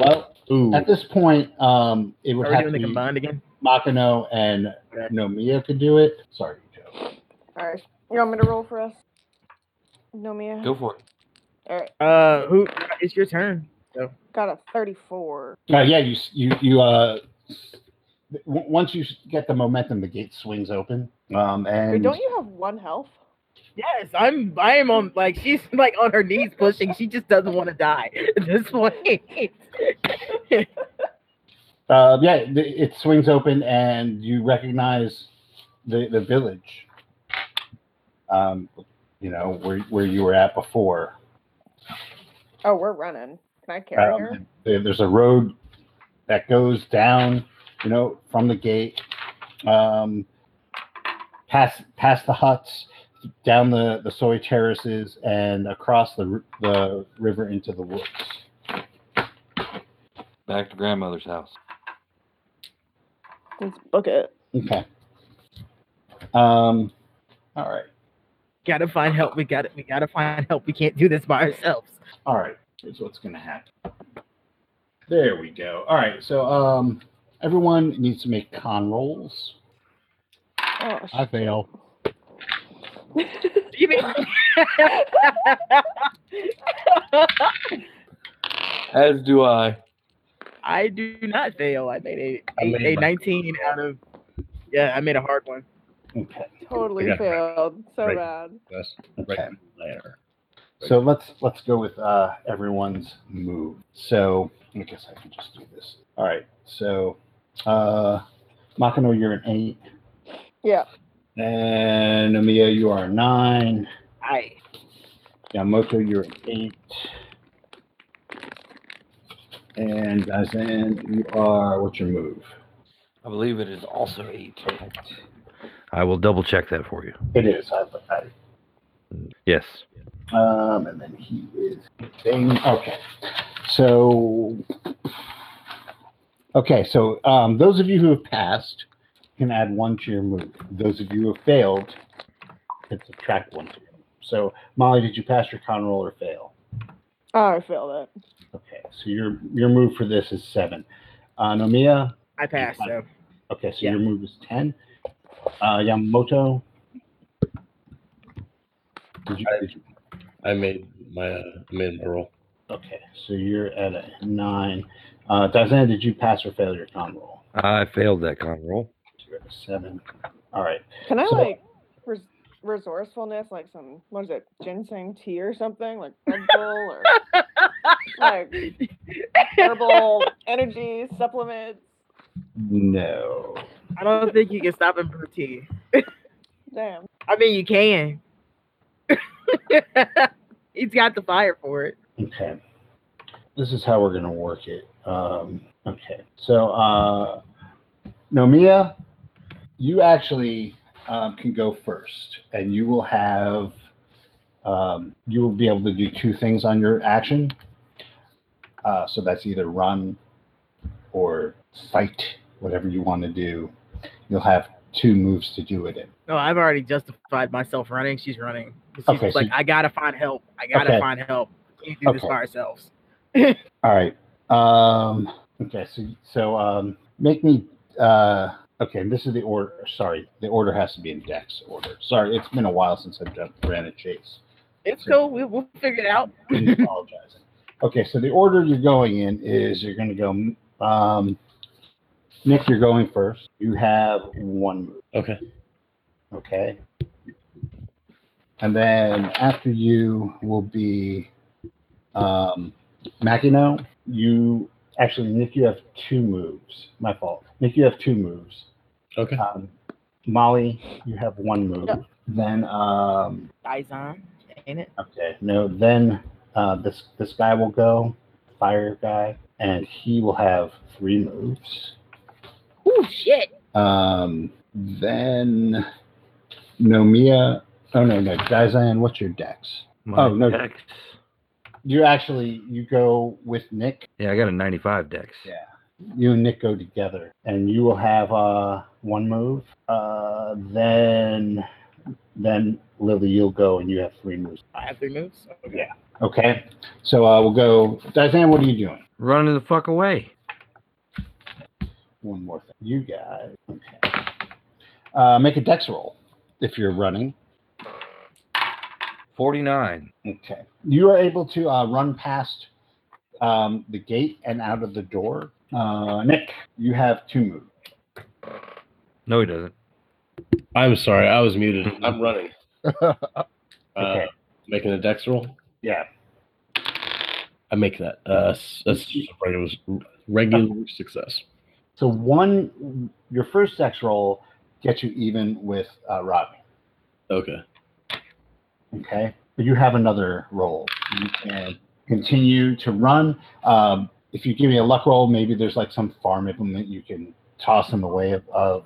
Speaker 1: Well,
Speaker 7: Ooh.
Speaker 1: At this point, um, it would
Speaker 4: Are we
Speaker 1: have
Speaker 4: doing
Speaker 1: to
Speaker 4: the
Speaker 1: be
Speaker 4: combined again?
Speaker 1: Makino and Nomiya could do it. Sorry, Joe.
Speaker 3: All right. You want me to roll for us? No, Mia.
Speaker 8: Go for it.
Speaker 3: All right.
Speaker 4: Uh, who? It's your turn.
Speaker 3: Got a 34.
Speaker 1: Uh, yeah, you s- you you uh. w- Once you s- get the momentum, the gate swings open. Um, and
Speaker 3: Wait, don't you have one health?
Speaker 4: Yes, I'm. I am on. Like she's like on her knees pushing. She just doesn't want to die at this point.
Speaker 1: Uh, yeah, th- it swings open and you recognize the, the village. Um, you know where where you were at before.
Speaker 3: Oh, we're running. Can I carry her?
Speaker 1: Um, there- there's a road that goes down, you know, from the gate, um, past past the huts, down the the soy terraces, and across the r- the river into the woods.
Speaker 8: Back to grandmother's house.
Speaker 3: Let's book it.
Speaker 1: Okay. Um. All right.
Speaker 4: gotta find help. We gotta. We gotta find help. We can't do this by ourselves.
Speaker 1: All right, here's what's gonna happen. There we go. All right, so um, everyone needs to make con rolls.
Speaker 3: Oh,
Speaker 5: I fail.
Speaker 4: You mean?
Speaker 8: As do I.
Speaker 4: I do not fail. I made a,
Speaker 7: I made
Speaker 4: a, a
Speaker 7: my-
Speaker 4: 19 out of. Yeah, I made a hard one.
Speaker 1: Okay.
Speaker 3: totally
Speaker 7: I got
Speaker 3: failed. So
Speaker 7: Right.
Speaker 3: bad.
Speaker 7: That's
Speaker 1: Okay.
Speaker 7: right there.
Speaker 1: So let's let's go with uh, everyone's move. So I guess I can just do this. All right. So uh, Makino, you're an eight.
Speaker 3: Yeah.
Speaker 1: And Nomiya, you are a nine.
Speaker 4: I.
Speaker 1: Yamamoto, you're an eight. And Dazen, you are what's your move?
Speaker 8: I believe it is also eight.
Speaker 2: I will double check that for you.
Speaker 1: It is. I, I
Speaker 2: Yes.
Speaker 1: Um, and then he is thing. Okay, so okay, so um, those of you who have passed can add one to your move. Those of you who have failed can subtract one. To your move. So Molly, did you pass your con roll or fail?
Speaker 3: Oh, I failed it.
Speaker 1: Okay, so your your move for this is seven. Uh, Nomiya,
Speaker 4: I passed. So.
Speaker 1: okay, so
Speaker 4: Yeah.
Speaker 1: your move is ten. Uh, Yamamoto, did you, did you
Speaker 7: I made my uh, I made my roll.
Speaker 1: Okay, so you're at a nine. Uh, Diana, did you pass or fail your con roll?
Speaker 2: I failed that con roll.
Speaker 1: You're at a seven. All right.
Speaker 3: Can I
Speaker 1: So-
Speaker 3: like res- resourcefulness, like some what is it, ginseng tea or something, like Red Bull or like herbal energy supplements?
Speaker 1: No.
Speaker 4: I don't think you can stop and brew tea.
Speaker 3: Damn.
Speaker 4: I mean, you can. He's got the fire for it.
Speaker 1: Okay. This is how we're gonna work it. Um, okay. So, uh, Nomia, you actually um, can go first, and you will have um, you will be able to do two things on your action. Uh, so that's either run or fight, whatever you want to do. You'll have two moves to do it in.
Speaker 4: No, I've already justified myself running. She's running. She's
Speaker 1: Okay,
Speaker 4: just
Speaker 1: so
Speaker 4: like,
Speaker 1: you-
Speaker 4: I gotta find help. I gotta
Speaker 1: Okay.
Speaker 4: find help. We can't do this
Speaker 1: Okay.
Speaker 4: by ourselves.
Speaker 1: All right. Um, okay. So, so um, make me. Uh, okay. This is the order. Sorry, the order has to be in Dex order. Sorry, it's been a while since I've done ran a chase.
Speaker 4: It's
Speaker 1: So-
Speaker 4: cool. We'll, we'll figure it out.
Speaker 1: I'm apologizing. Okay. So the order you're going in is you're going to go. Um, Nick, you're going first. You have one move.
Speaker 7: Okay.
Speaker 1: Okay. And then after you will be um, Makino. You actually, Nick, you have two moves. My fault. Nick, you have two moves.
Speaker 7: Okay.
Speaker 1: Um, Molly, you have one move.
Speaker 3: Yep.
Speaker 1: Then, um,
Speaker 4: Dyson, ain't it?
Speaker 1: okay, no, then uh, this this guy will go, fire guy, and he will have three moves.
Speaker 4: Oh shit!
Speaker 1: Um, then Nomia. Oh no, no, Dizan, what's your dex?
Speaker 2: My
Speaker 1: Oh, no.
Speaker 2: Dex.
Speaker 1: You actually you go with Nick.
Speaker 2: Yeah, I got a 95 dex.
Speaker 1: Yeah. You and Nick go together, and you will have uh one move. Uh, then then Lily, you'll go, and you have three moves.
Speaker 4: I have three moves.
Speaker 1: Okay. So uh, we'll go. Dizan, what are you doing?
Speaker 2: Running the fuck away.
Speaker 1: one more thing. You guys. Okay. Uh, make a dex roll if you're running.
Speaker 2: 49.
Speaker 1: Okay. You are able to uh, run past um, the gate and out of the door. Uh, Nick, you have two moves.
Speaker 2: No, he doesn't.
Speaker 7: I'm sorry, I was muted. I'm running. Uh,
Speaker 1: Okay.
Speaker 7: Making a dex roll.
Speaker 1: Yeah.
Speaker 7: I make that. Uh, s- that's just right. It was regular success.
Speaker 1: So one, your first dex roll gets you even with uh, Rodney.
Speaker 7: Okay.
Speaker 1: Okay. But you have another roll. You can continue to run. Um, if you give me a luck roll, maybe there's like some farm implement you can toss in the way of, of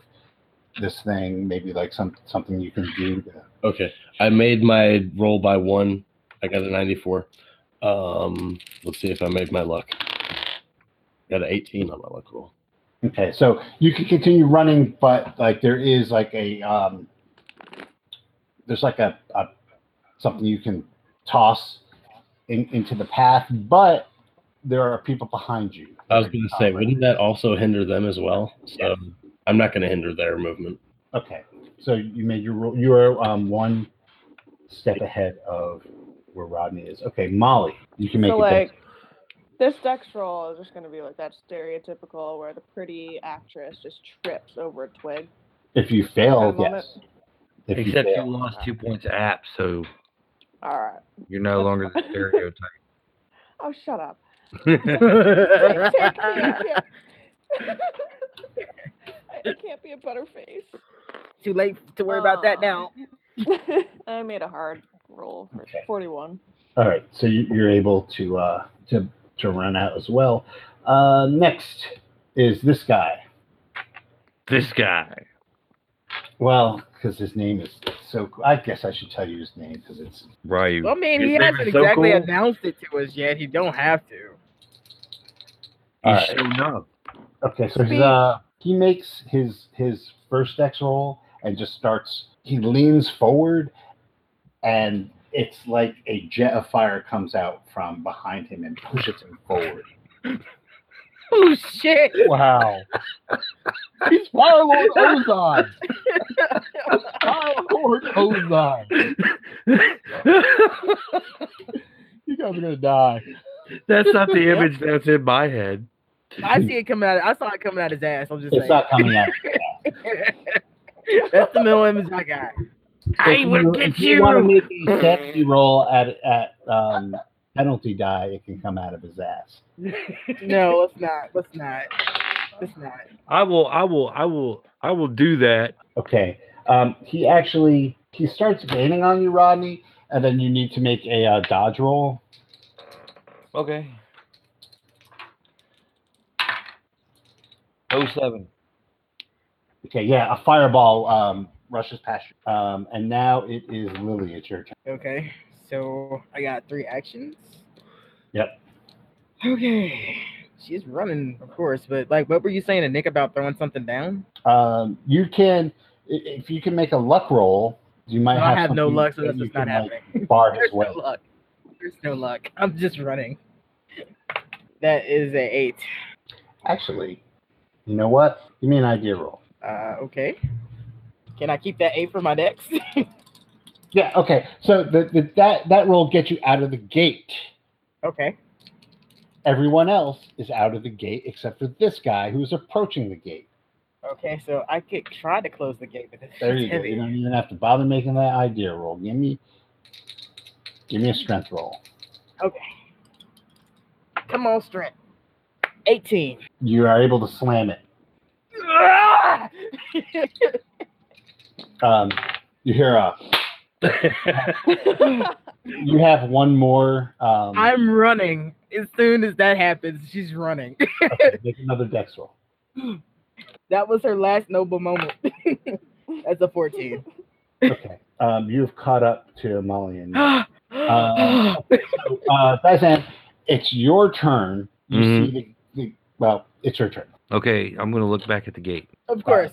Speaker 1: this thing. Maybe like some something you can do. To,
Speaker 7: Okay. I made my roll by one. I got a 94. Um, let's see if I make my luck. Got an 18 on my luck roll.
Speaker 1: okay. So you can continue running, but like there is like a um, there's like a, a something you can toss in, into the path, but there are people behind you.
Speaker 7: I was going to say, wouldn't that also hinder them as well? So I'm not going to hinder their movement.
Speaker 1: Okay, so you made your rule. You are um, one step ahead of where Rodney is. Okay, Molly, you can make
Speaker 3: so
Speaker 1: a dex-
Speaker 3: like this dex roll is just gonna be like that stereotypical where the pretty actress just trips over a twig.
Speaker 1: if you fail.
Speaker 3: Hold on a
Speaker 1: Yes. If you
Speaker 2: Except you
Speaker 1: fail.
Speaker 2: lost two points app, so
Speaker 3: All right.
Speaker 2: you're no longer the stereotype.
Speaker 3: Oh, shut up. Take, take me. I
Speaker 4: Too
Speaker 3: can't. I- I can't be a butterface.
Speaker 4: late to worry about that now.
Speaker 3: I made a hard roll for
Speaker 1: Okay.
Speaker 3: 41.
Speaker 1: All right, so you, you're able to uh, to to run out as well. Uh, next is this guy.
Speaker 2: this guy.
Speaker 1: Well, because his name is so. I guess I should tell you his name because it's
Speaker 2: Right.
Speaker 4: Well, I mean,
Speaker 2: His
Speaker 4: he
Speaker 2: name
Speaker 4: hasn't
Speaker 2: is so
Speaker 4: exactly
Speaker 2: cool.
Speaker 4: announced it to us yet. He don't have to.
Speaker 1: All
Speaker 2: He's
Speaker 1: right.
Speaker 2: shown up.
Speaker 1: Okay, so he's, uh, he makes his his first X roll and just starts. He leans forward, and it's like a jet of fire comes out from behind him and pushes him forward.
Speaker 4: Oh shit!
Speaker 5: Wow. He's Fire Lord Ozon. Fire
Speaker 3: Oh.
Speaker 5: Lord Ozon. You guys are gonna die.
Speaker 2: That's not the image that's in my head.
Speaker 4: I see it coming out. I saw it coming out his ass. I'm just
Speaker 1: It's
Speaker 4: saying.
Speaker 1: not coming out.
Speaker 4: That's the middle image I got.
Speaker 1: I will get you. If you want to make a safety roll at at um, penalty die, it can come out of his ass.
Speaker 4: No, let's not. Let's not. Let's not.
Speaker 2: I will, I will, I will, I will do that.
Speaker 1: Okay. Um, he actually he starts gaining on you, Rodney, and then you need to make a uh, dodge roll.
Speaker 8: Okay. Oh seven.
Speaker 1: Okay, yeah, a fireball um, rushes past you. Um, and now it is Lily. It's your turn.
Speaker 4: Okay, so I got three actions.
Speaker 1: Yep.
Speaker 4: Okay. She's running, of course, but like, what were you saying to Nick about throwing something down?
Speaker 1: Um, you can, i- if you can make a luck roll, you might
Speaker 4: No,
Speaker 1: have.
Speaker 4: I have no
Speaker 1: something
Speaker 4: luck, so
Speaker 1: that
Speaker 4: that's
Speaker 1: you
Speaker 4: just not
Speaker 1: can, like,
Speaker 4: happening.
Speaker 1: Bar
Speaker 4: There's
Speaker 1: his way.
Speaker 4: no luck. There's no luck. I'm just running. That is a eight.
Speaker 1: Actually, you know what? Give me an idea roll.
Speaker 4: Uh, okay. Can I keep that eight for my next?
Speaker 1: Yeah. Okay. So the, the, that that roll gets you out of the gate.
Speaker 4: okay.
Speaker 1: Everyone else is out of the gate except for this guy who is approaching the gate.
Speaker 4: Okay, so I could try to close the gate, but it's
Speaker 1: There you go.
Speaker 4: heavy.
Speaker 1: You don't even have to bother making that idea roll. Give me, give me a strength roll.
Speaker 4: Come on, strength. 18.
Speaker 1: You are able to slam it.
Speaker 4: Ah!
Speaker 1: Um, you hear a. You have one more. Um,
Speaker 4: I'm running. As soon as that happens, she's running.
Speaker 1: okay, make another dex roll.
Speaker 4: That was her last noble moment. That's a 14.
Speaker 1: Okay. Um, you've caught up to Molly and
Speaker 4: uh,
Speaker 1: uh, Dyson. It's your turn. You
Speaker 2: Mhm.
Speaker 1: see the, the well. It's your turn.
Speaker 2: Okay, I'm gonna look back at the gate.
Speaker 4: of course.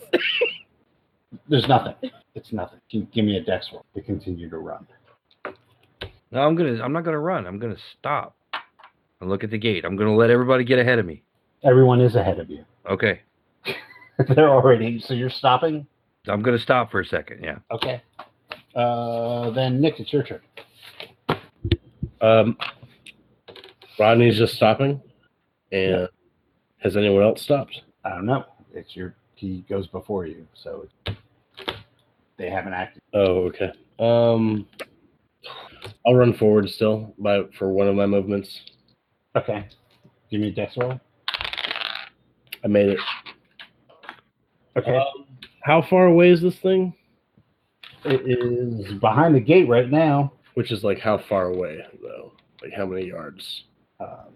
Speaker 1: There's nothing. It's nothing. G- give me a dex roll to continue to run.
Speaker 2: No, I'm gonna, I'm not gonna run. I'm gonna stop and look at the gate. I'm gonna let everybody get ahead of me.
Speaker 1: Everyone is ahead of you.
Speaker 2: Okay.
Speaker 1: They're already. So you're stopping.
Speaker 2: I'm gonna stop for a second. Yeah.
Speaker 1: Okay. Uh, then Nick, it's your turn.
Speaker 7: Um, Rodney's just stopping, and has anyone else stopped?
Speaker 1: I don't know. It's your. He goes before you, so they haven't acted.
Speaker 7: Oh, okay. Um, I'll run forward still by for one of my movements.
Speaker 1: Okay. Give me a dex roll.
Speaker 7: I made it.
Speaker 1: Okay.
Speaker 7: Um, how far away is this thing?
Speaker 1: it is behind the gate right now.
Speaker 7: Which is like how far away though? Like how many yards?
Speaker 1: Um,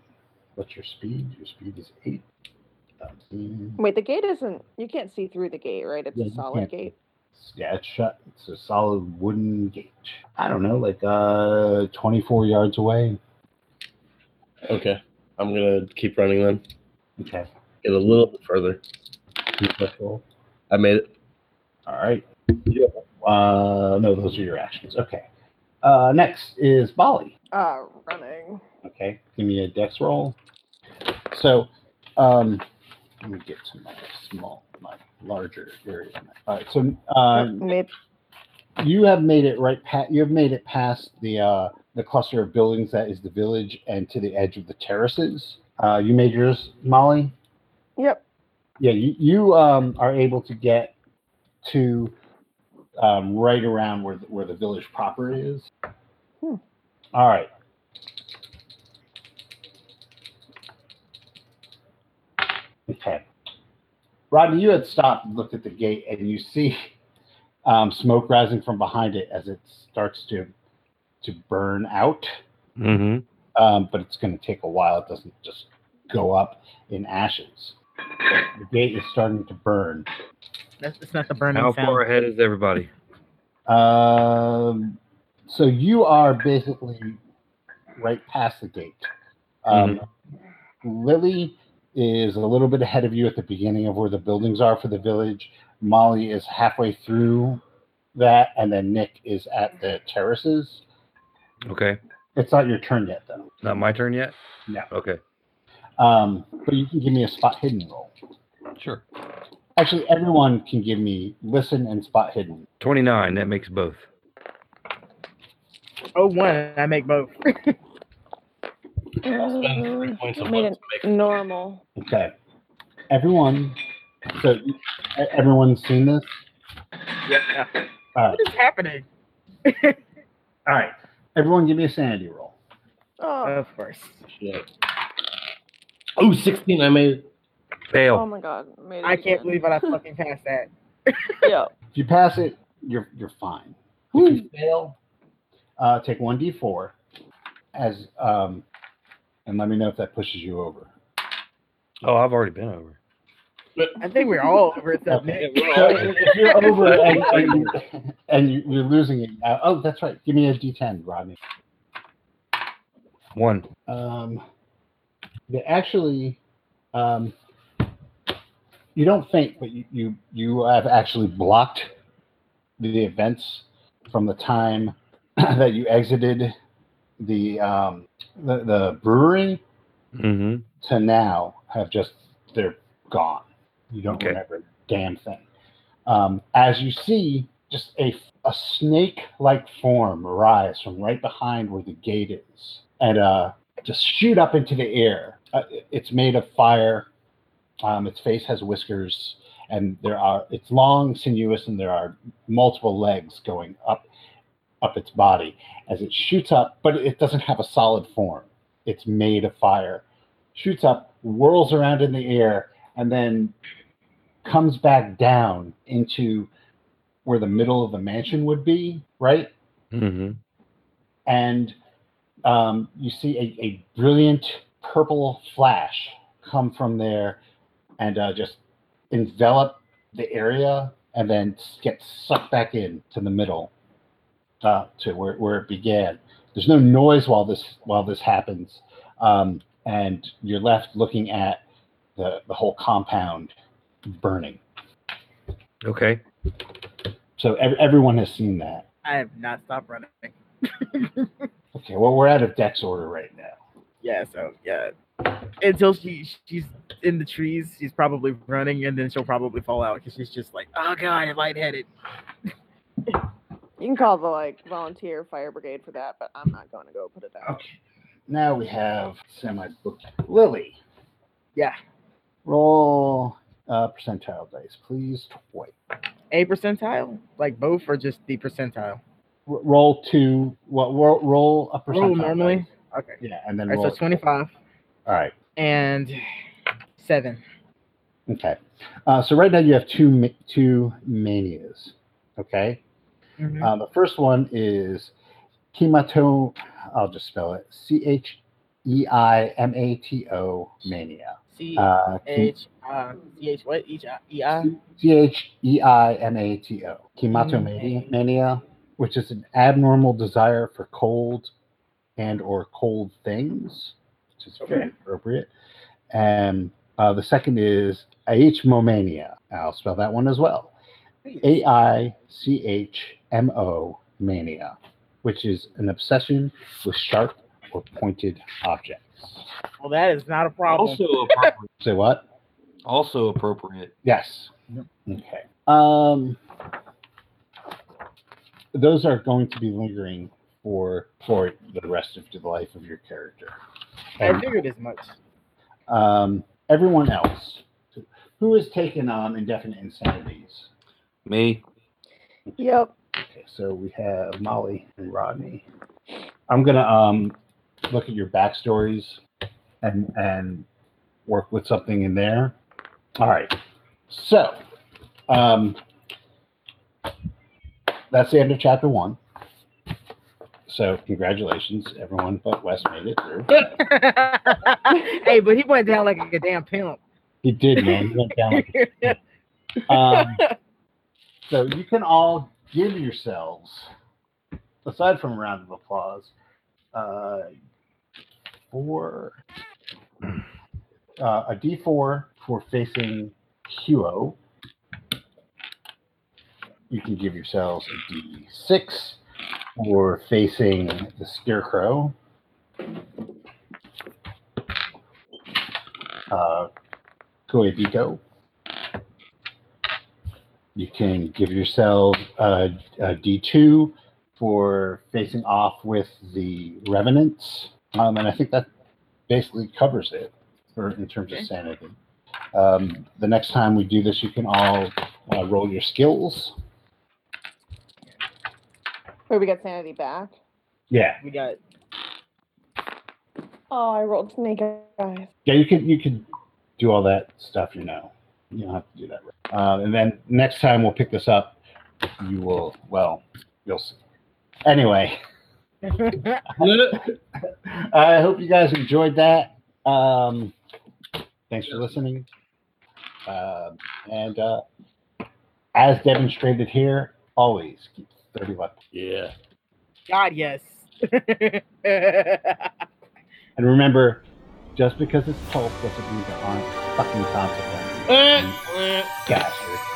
Speaker 1: what's your speed? Your speed is eight. Um,
Speaker 3: Wait, the gate isn't. You can't see through the gate, right? It's
Speaker 1: Yeah,
Speaker 3: a
Speaker 1: you
Speaker 3: solid
Speaker 1: can't.
Speaker 3: gate.
Speaker 1: Yeah, it's shut. It's a solid wooden gate. I don't know, like uh, 24 yards away.
Speaker 7: Okay. I'm gonna keep running then.
Speaker 1: Okay.
Speaker 7: Get a little bit further.
Speaker 1: All
Speaker 7: I made it.
Speaker 1: right. Uh, no, those are your actions. Okay. Uh, next is Bali.
Speaker 3: Uh, running.
Speaker 1: Okay. Give me a dex roll. So, um, let me get to my small, my larger area. All right. So, um,
Speaker 3: Maybe.
Speaker 1: you have made it right pat you have made it past the uh the cluster of buildings that is the village and to the edge of the terraces uh you made yours molly
Speaker 3: Yep.
Speaker 1: yeah you, you um are able to get to um right around where the, where the village proper is
Speaker 3: Hmm.
Speaker 1: all right okay rodney you had stopped and looked at the gate and you see um, smoke rising from behind it as it starts to to burn out
Speaker 2: Mm-hmm.
Speaker 1: um, but it's going to take a while. It doesn't just go up in ashes. But the gate is starting to burn.
Speaker 4: That's it's not the burning
Speaker 2: How
Speaker 4: sound.
Speaker 2: far ahead is everybody?
Speaker 1: Um, so you are basically right past the gate. Um, Lily is a little bit ahead of you at the beginning of where the buildings are for the village. Molly is halfway through that, and then Nick is at the terraces.
Speaker 2: Okay.
Speaker 1: It's not your turn yet, though.
Speaker 2: Not my turn yet.
Speaker 1: No.
Speaker 2: Okay.
Speaker 1: Um, but you can give me a spot hidden roll.
Speaker 2: Sure.
Speaker 1: Actually, everyone can give me listen and spot hidden.
Speaker 2: Twenty-nine. That makes both.
Speaker 4: Oh, one. I make both.
Speaker 7: Spend three points of
Speaker 3: Made it
Speaker 7: luck to make
Speaker 3: normal.
Speaker 1: Okay. Everyone. So e- everyone's seen this.
Speaker 4: Yeah.
Speaker 1: All right.
Speaker 4: What is happening?
Speaker 1: All right. Everyone, give me a sanity roll.
Speaker 3: Oh,
Speaker 4: Of course.
Speaker 7: shit. Oh, 16. I made it.
Speaker 3: oh
Speaker 2: Fail.
Speaker 3: my god. Made it
Speaker 4: I can't
Speaker 3: again.
Speaker 4: believe I fucking passed that.
Speaker 3: yeah.
Speaker 1: If you pass it, you're you're fine. If you fail, uh, take one d4 as um, and let me know if that pushes you over.
Speaker 2: Oh, I've already been over.
Speaker 4: I think we're all over it.
Speaker 1: Okay.
Speaker 4: Okay.
Speaker 1: So if you're over and, and, you- and you, you're losing it. Uh, oh, that's right. Give me a d10, Rodney.
Speaker 2: One.
Speaker 1: Um, they actually, um, you don't faint, but you, you you have actually blocked the events from the time that you exited the um, the, the brewery
Speaker 2: Mm-hmm.
Speaker 1: to now have just they're gone. You don't
Speaker 2: Okay.
Speaker 1: remember a damn thing. Um, as you see, just a, a snake like form rise from right behind where the gate is and uh, just shoot up into the air. Uh, it- it's made of fire. Um, its face has whiskers, and there are it's long, sinuous, and there are multiple legs going up up its body as it shoots up. But it doesn't have a solid form. It's made of fire, shoots up, whirls around in the air, and then comes back down into where the middle of the mansion would be, right?
Speaker 2: Mm-hmm.
Speaker 1: And um, you see a, a brilliant purple flash come from there and uh, just envelop the area and then s- get sucked back in to the middle uh, to where, where it began. There's no noise while this while this happens, um, and you're left looking at the, the whole compound burning.
Speaker 2: Okay.
Speaker 1: So ev- everyone has seen that.
Speaker 4: I have not stopped running.
Speaker 1: Okay, well, we're out of dex order right now.
Speaker 4: Yeah, so yeah. until she she's in the trees. She's probably running, and then she'll probably fall out because she's just like, oh god, I'm lightheaded.
Speaker 3: You can call the like volunteer fire brigade for that, but I'm not going to go put it down.
Speaker 1: Okay. Now we have semi book Lily.
Speaker 4: Yeah.
Speaker 1: Roll uh, percentile dice, please. Twice.
Speaker 4: A percentile, like both, or just the percentile.
Speaker 1: R- roll two. What? Roll, roll a percentile.
Speaker 4: Roll normally.
Speaker 1: dice.
Speaker 4: Okay.
Speaker 1: Yeah, Oh, and then
Speaker 4: All
Speaker 1: roll.
Speaker 4: right, so 25
Speaker 1: All right.
Speaker 4: and seven.
Speaker 1: Okay. Uh, so right now you have two ma- two manias. Okay.
Speaker 4: Mhm.
Speaker 1: Uh, the first one is chemato. I'll just spell it. C H E I M A T O mania.
Speaker 4: C
Speaker 1: Uh,
Speaker 4: H I C H what? Each E I.
Speaker 1: C H E I M A T O. Chematomania,
Speaker 4: Mm.
Speaker 1: mania, which is an abnormal desire for cold and or cold things, which is very appropriate. And uh, the second is ahmomania. I'll spell that one as well. A I C H M O mania, which is an obsession with sharp or pointed objects.
Speaker 4: Well, that is not a problem.
Speaker 8: Also appropriate.
Speaker 1: Say what?
Speaker 8: also appropriate.
Speaker 1: Yes. Okay. Um, those are going to be lingering for for the rest of the life of your character.
Speaker 4: I
Speaker 1: And,
Speaker 4: figured as much.
Speaker 1: um, everyone else, who has taken on indefinite insanities?
Speaker 8: Me.
Speaker 3: Yep.
Speaker 1: Okay, so we have Molly and Rodney. I'm gonna um look at your backstories and and work with something in there. All right. So um that's the end of chapter one. So congratulations, everyone but Wes made it through.
Speaker 4: hey, but he went down like a damn pimp.
Speaker 1: He did, man. He went down like Um, so you can all give yourselves, aside from a round of applause, uh, four uh, a D4 for facing Huo. You can give yourselves a D6 for facing the Scarecrow. Uh, Koebiko you can give yourself a, a D2 for facing off with the Revenants. Um, and I think that basically covers it for in terms
Speaker 4: Okay.
Speaker 1: of sanity. Um, the next time we do this, you can all uh, roll your skills.
Speaker 3: Wait, we got sanity back.
Speaker 1: Yeah.
Speaker 4: We got
Speaker 3: Oh, I rolled snake eyes.
Speaker 1: Yeah, you can you can do all that stuff, you know. You don't have to do that. Right. Um, and then next time we'll pick this up. You will, well, you'll see. Anyway. I hope you guys enjoyed that. Um, thanks for listening. Um and uh, as demonstrated here, always keep 30 left.
Speaker 7: Yeah.
Speaker 4: God. Yes.
Speaker 1: And remember, just because it's pulp doesn't mean there aren't fucking consequences. Bastard.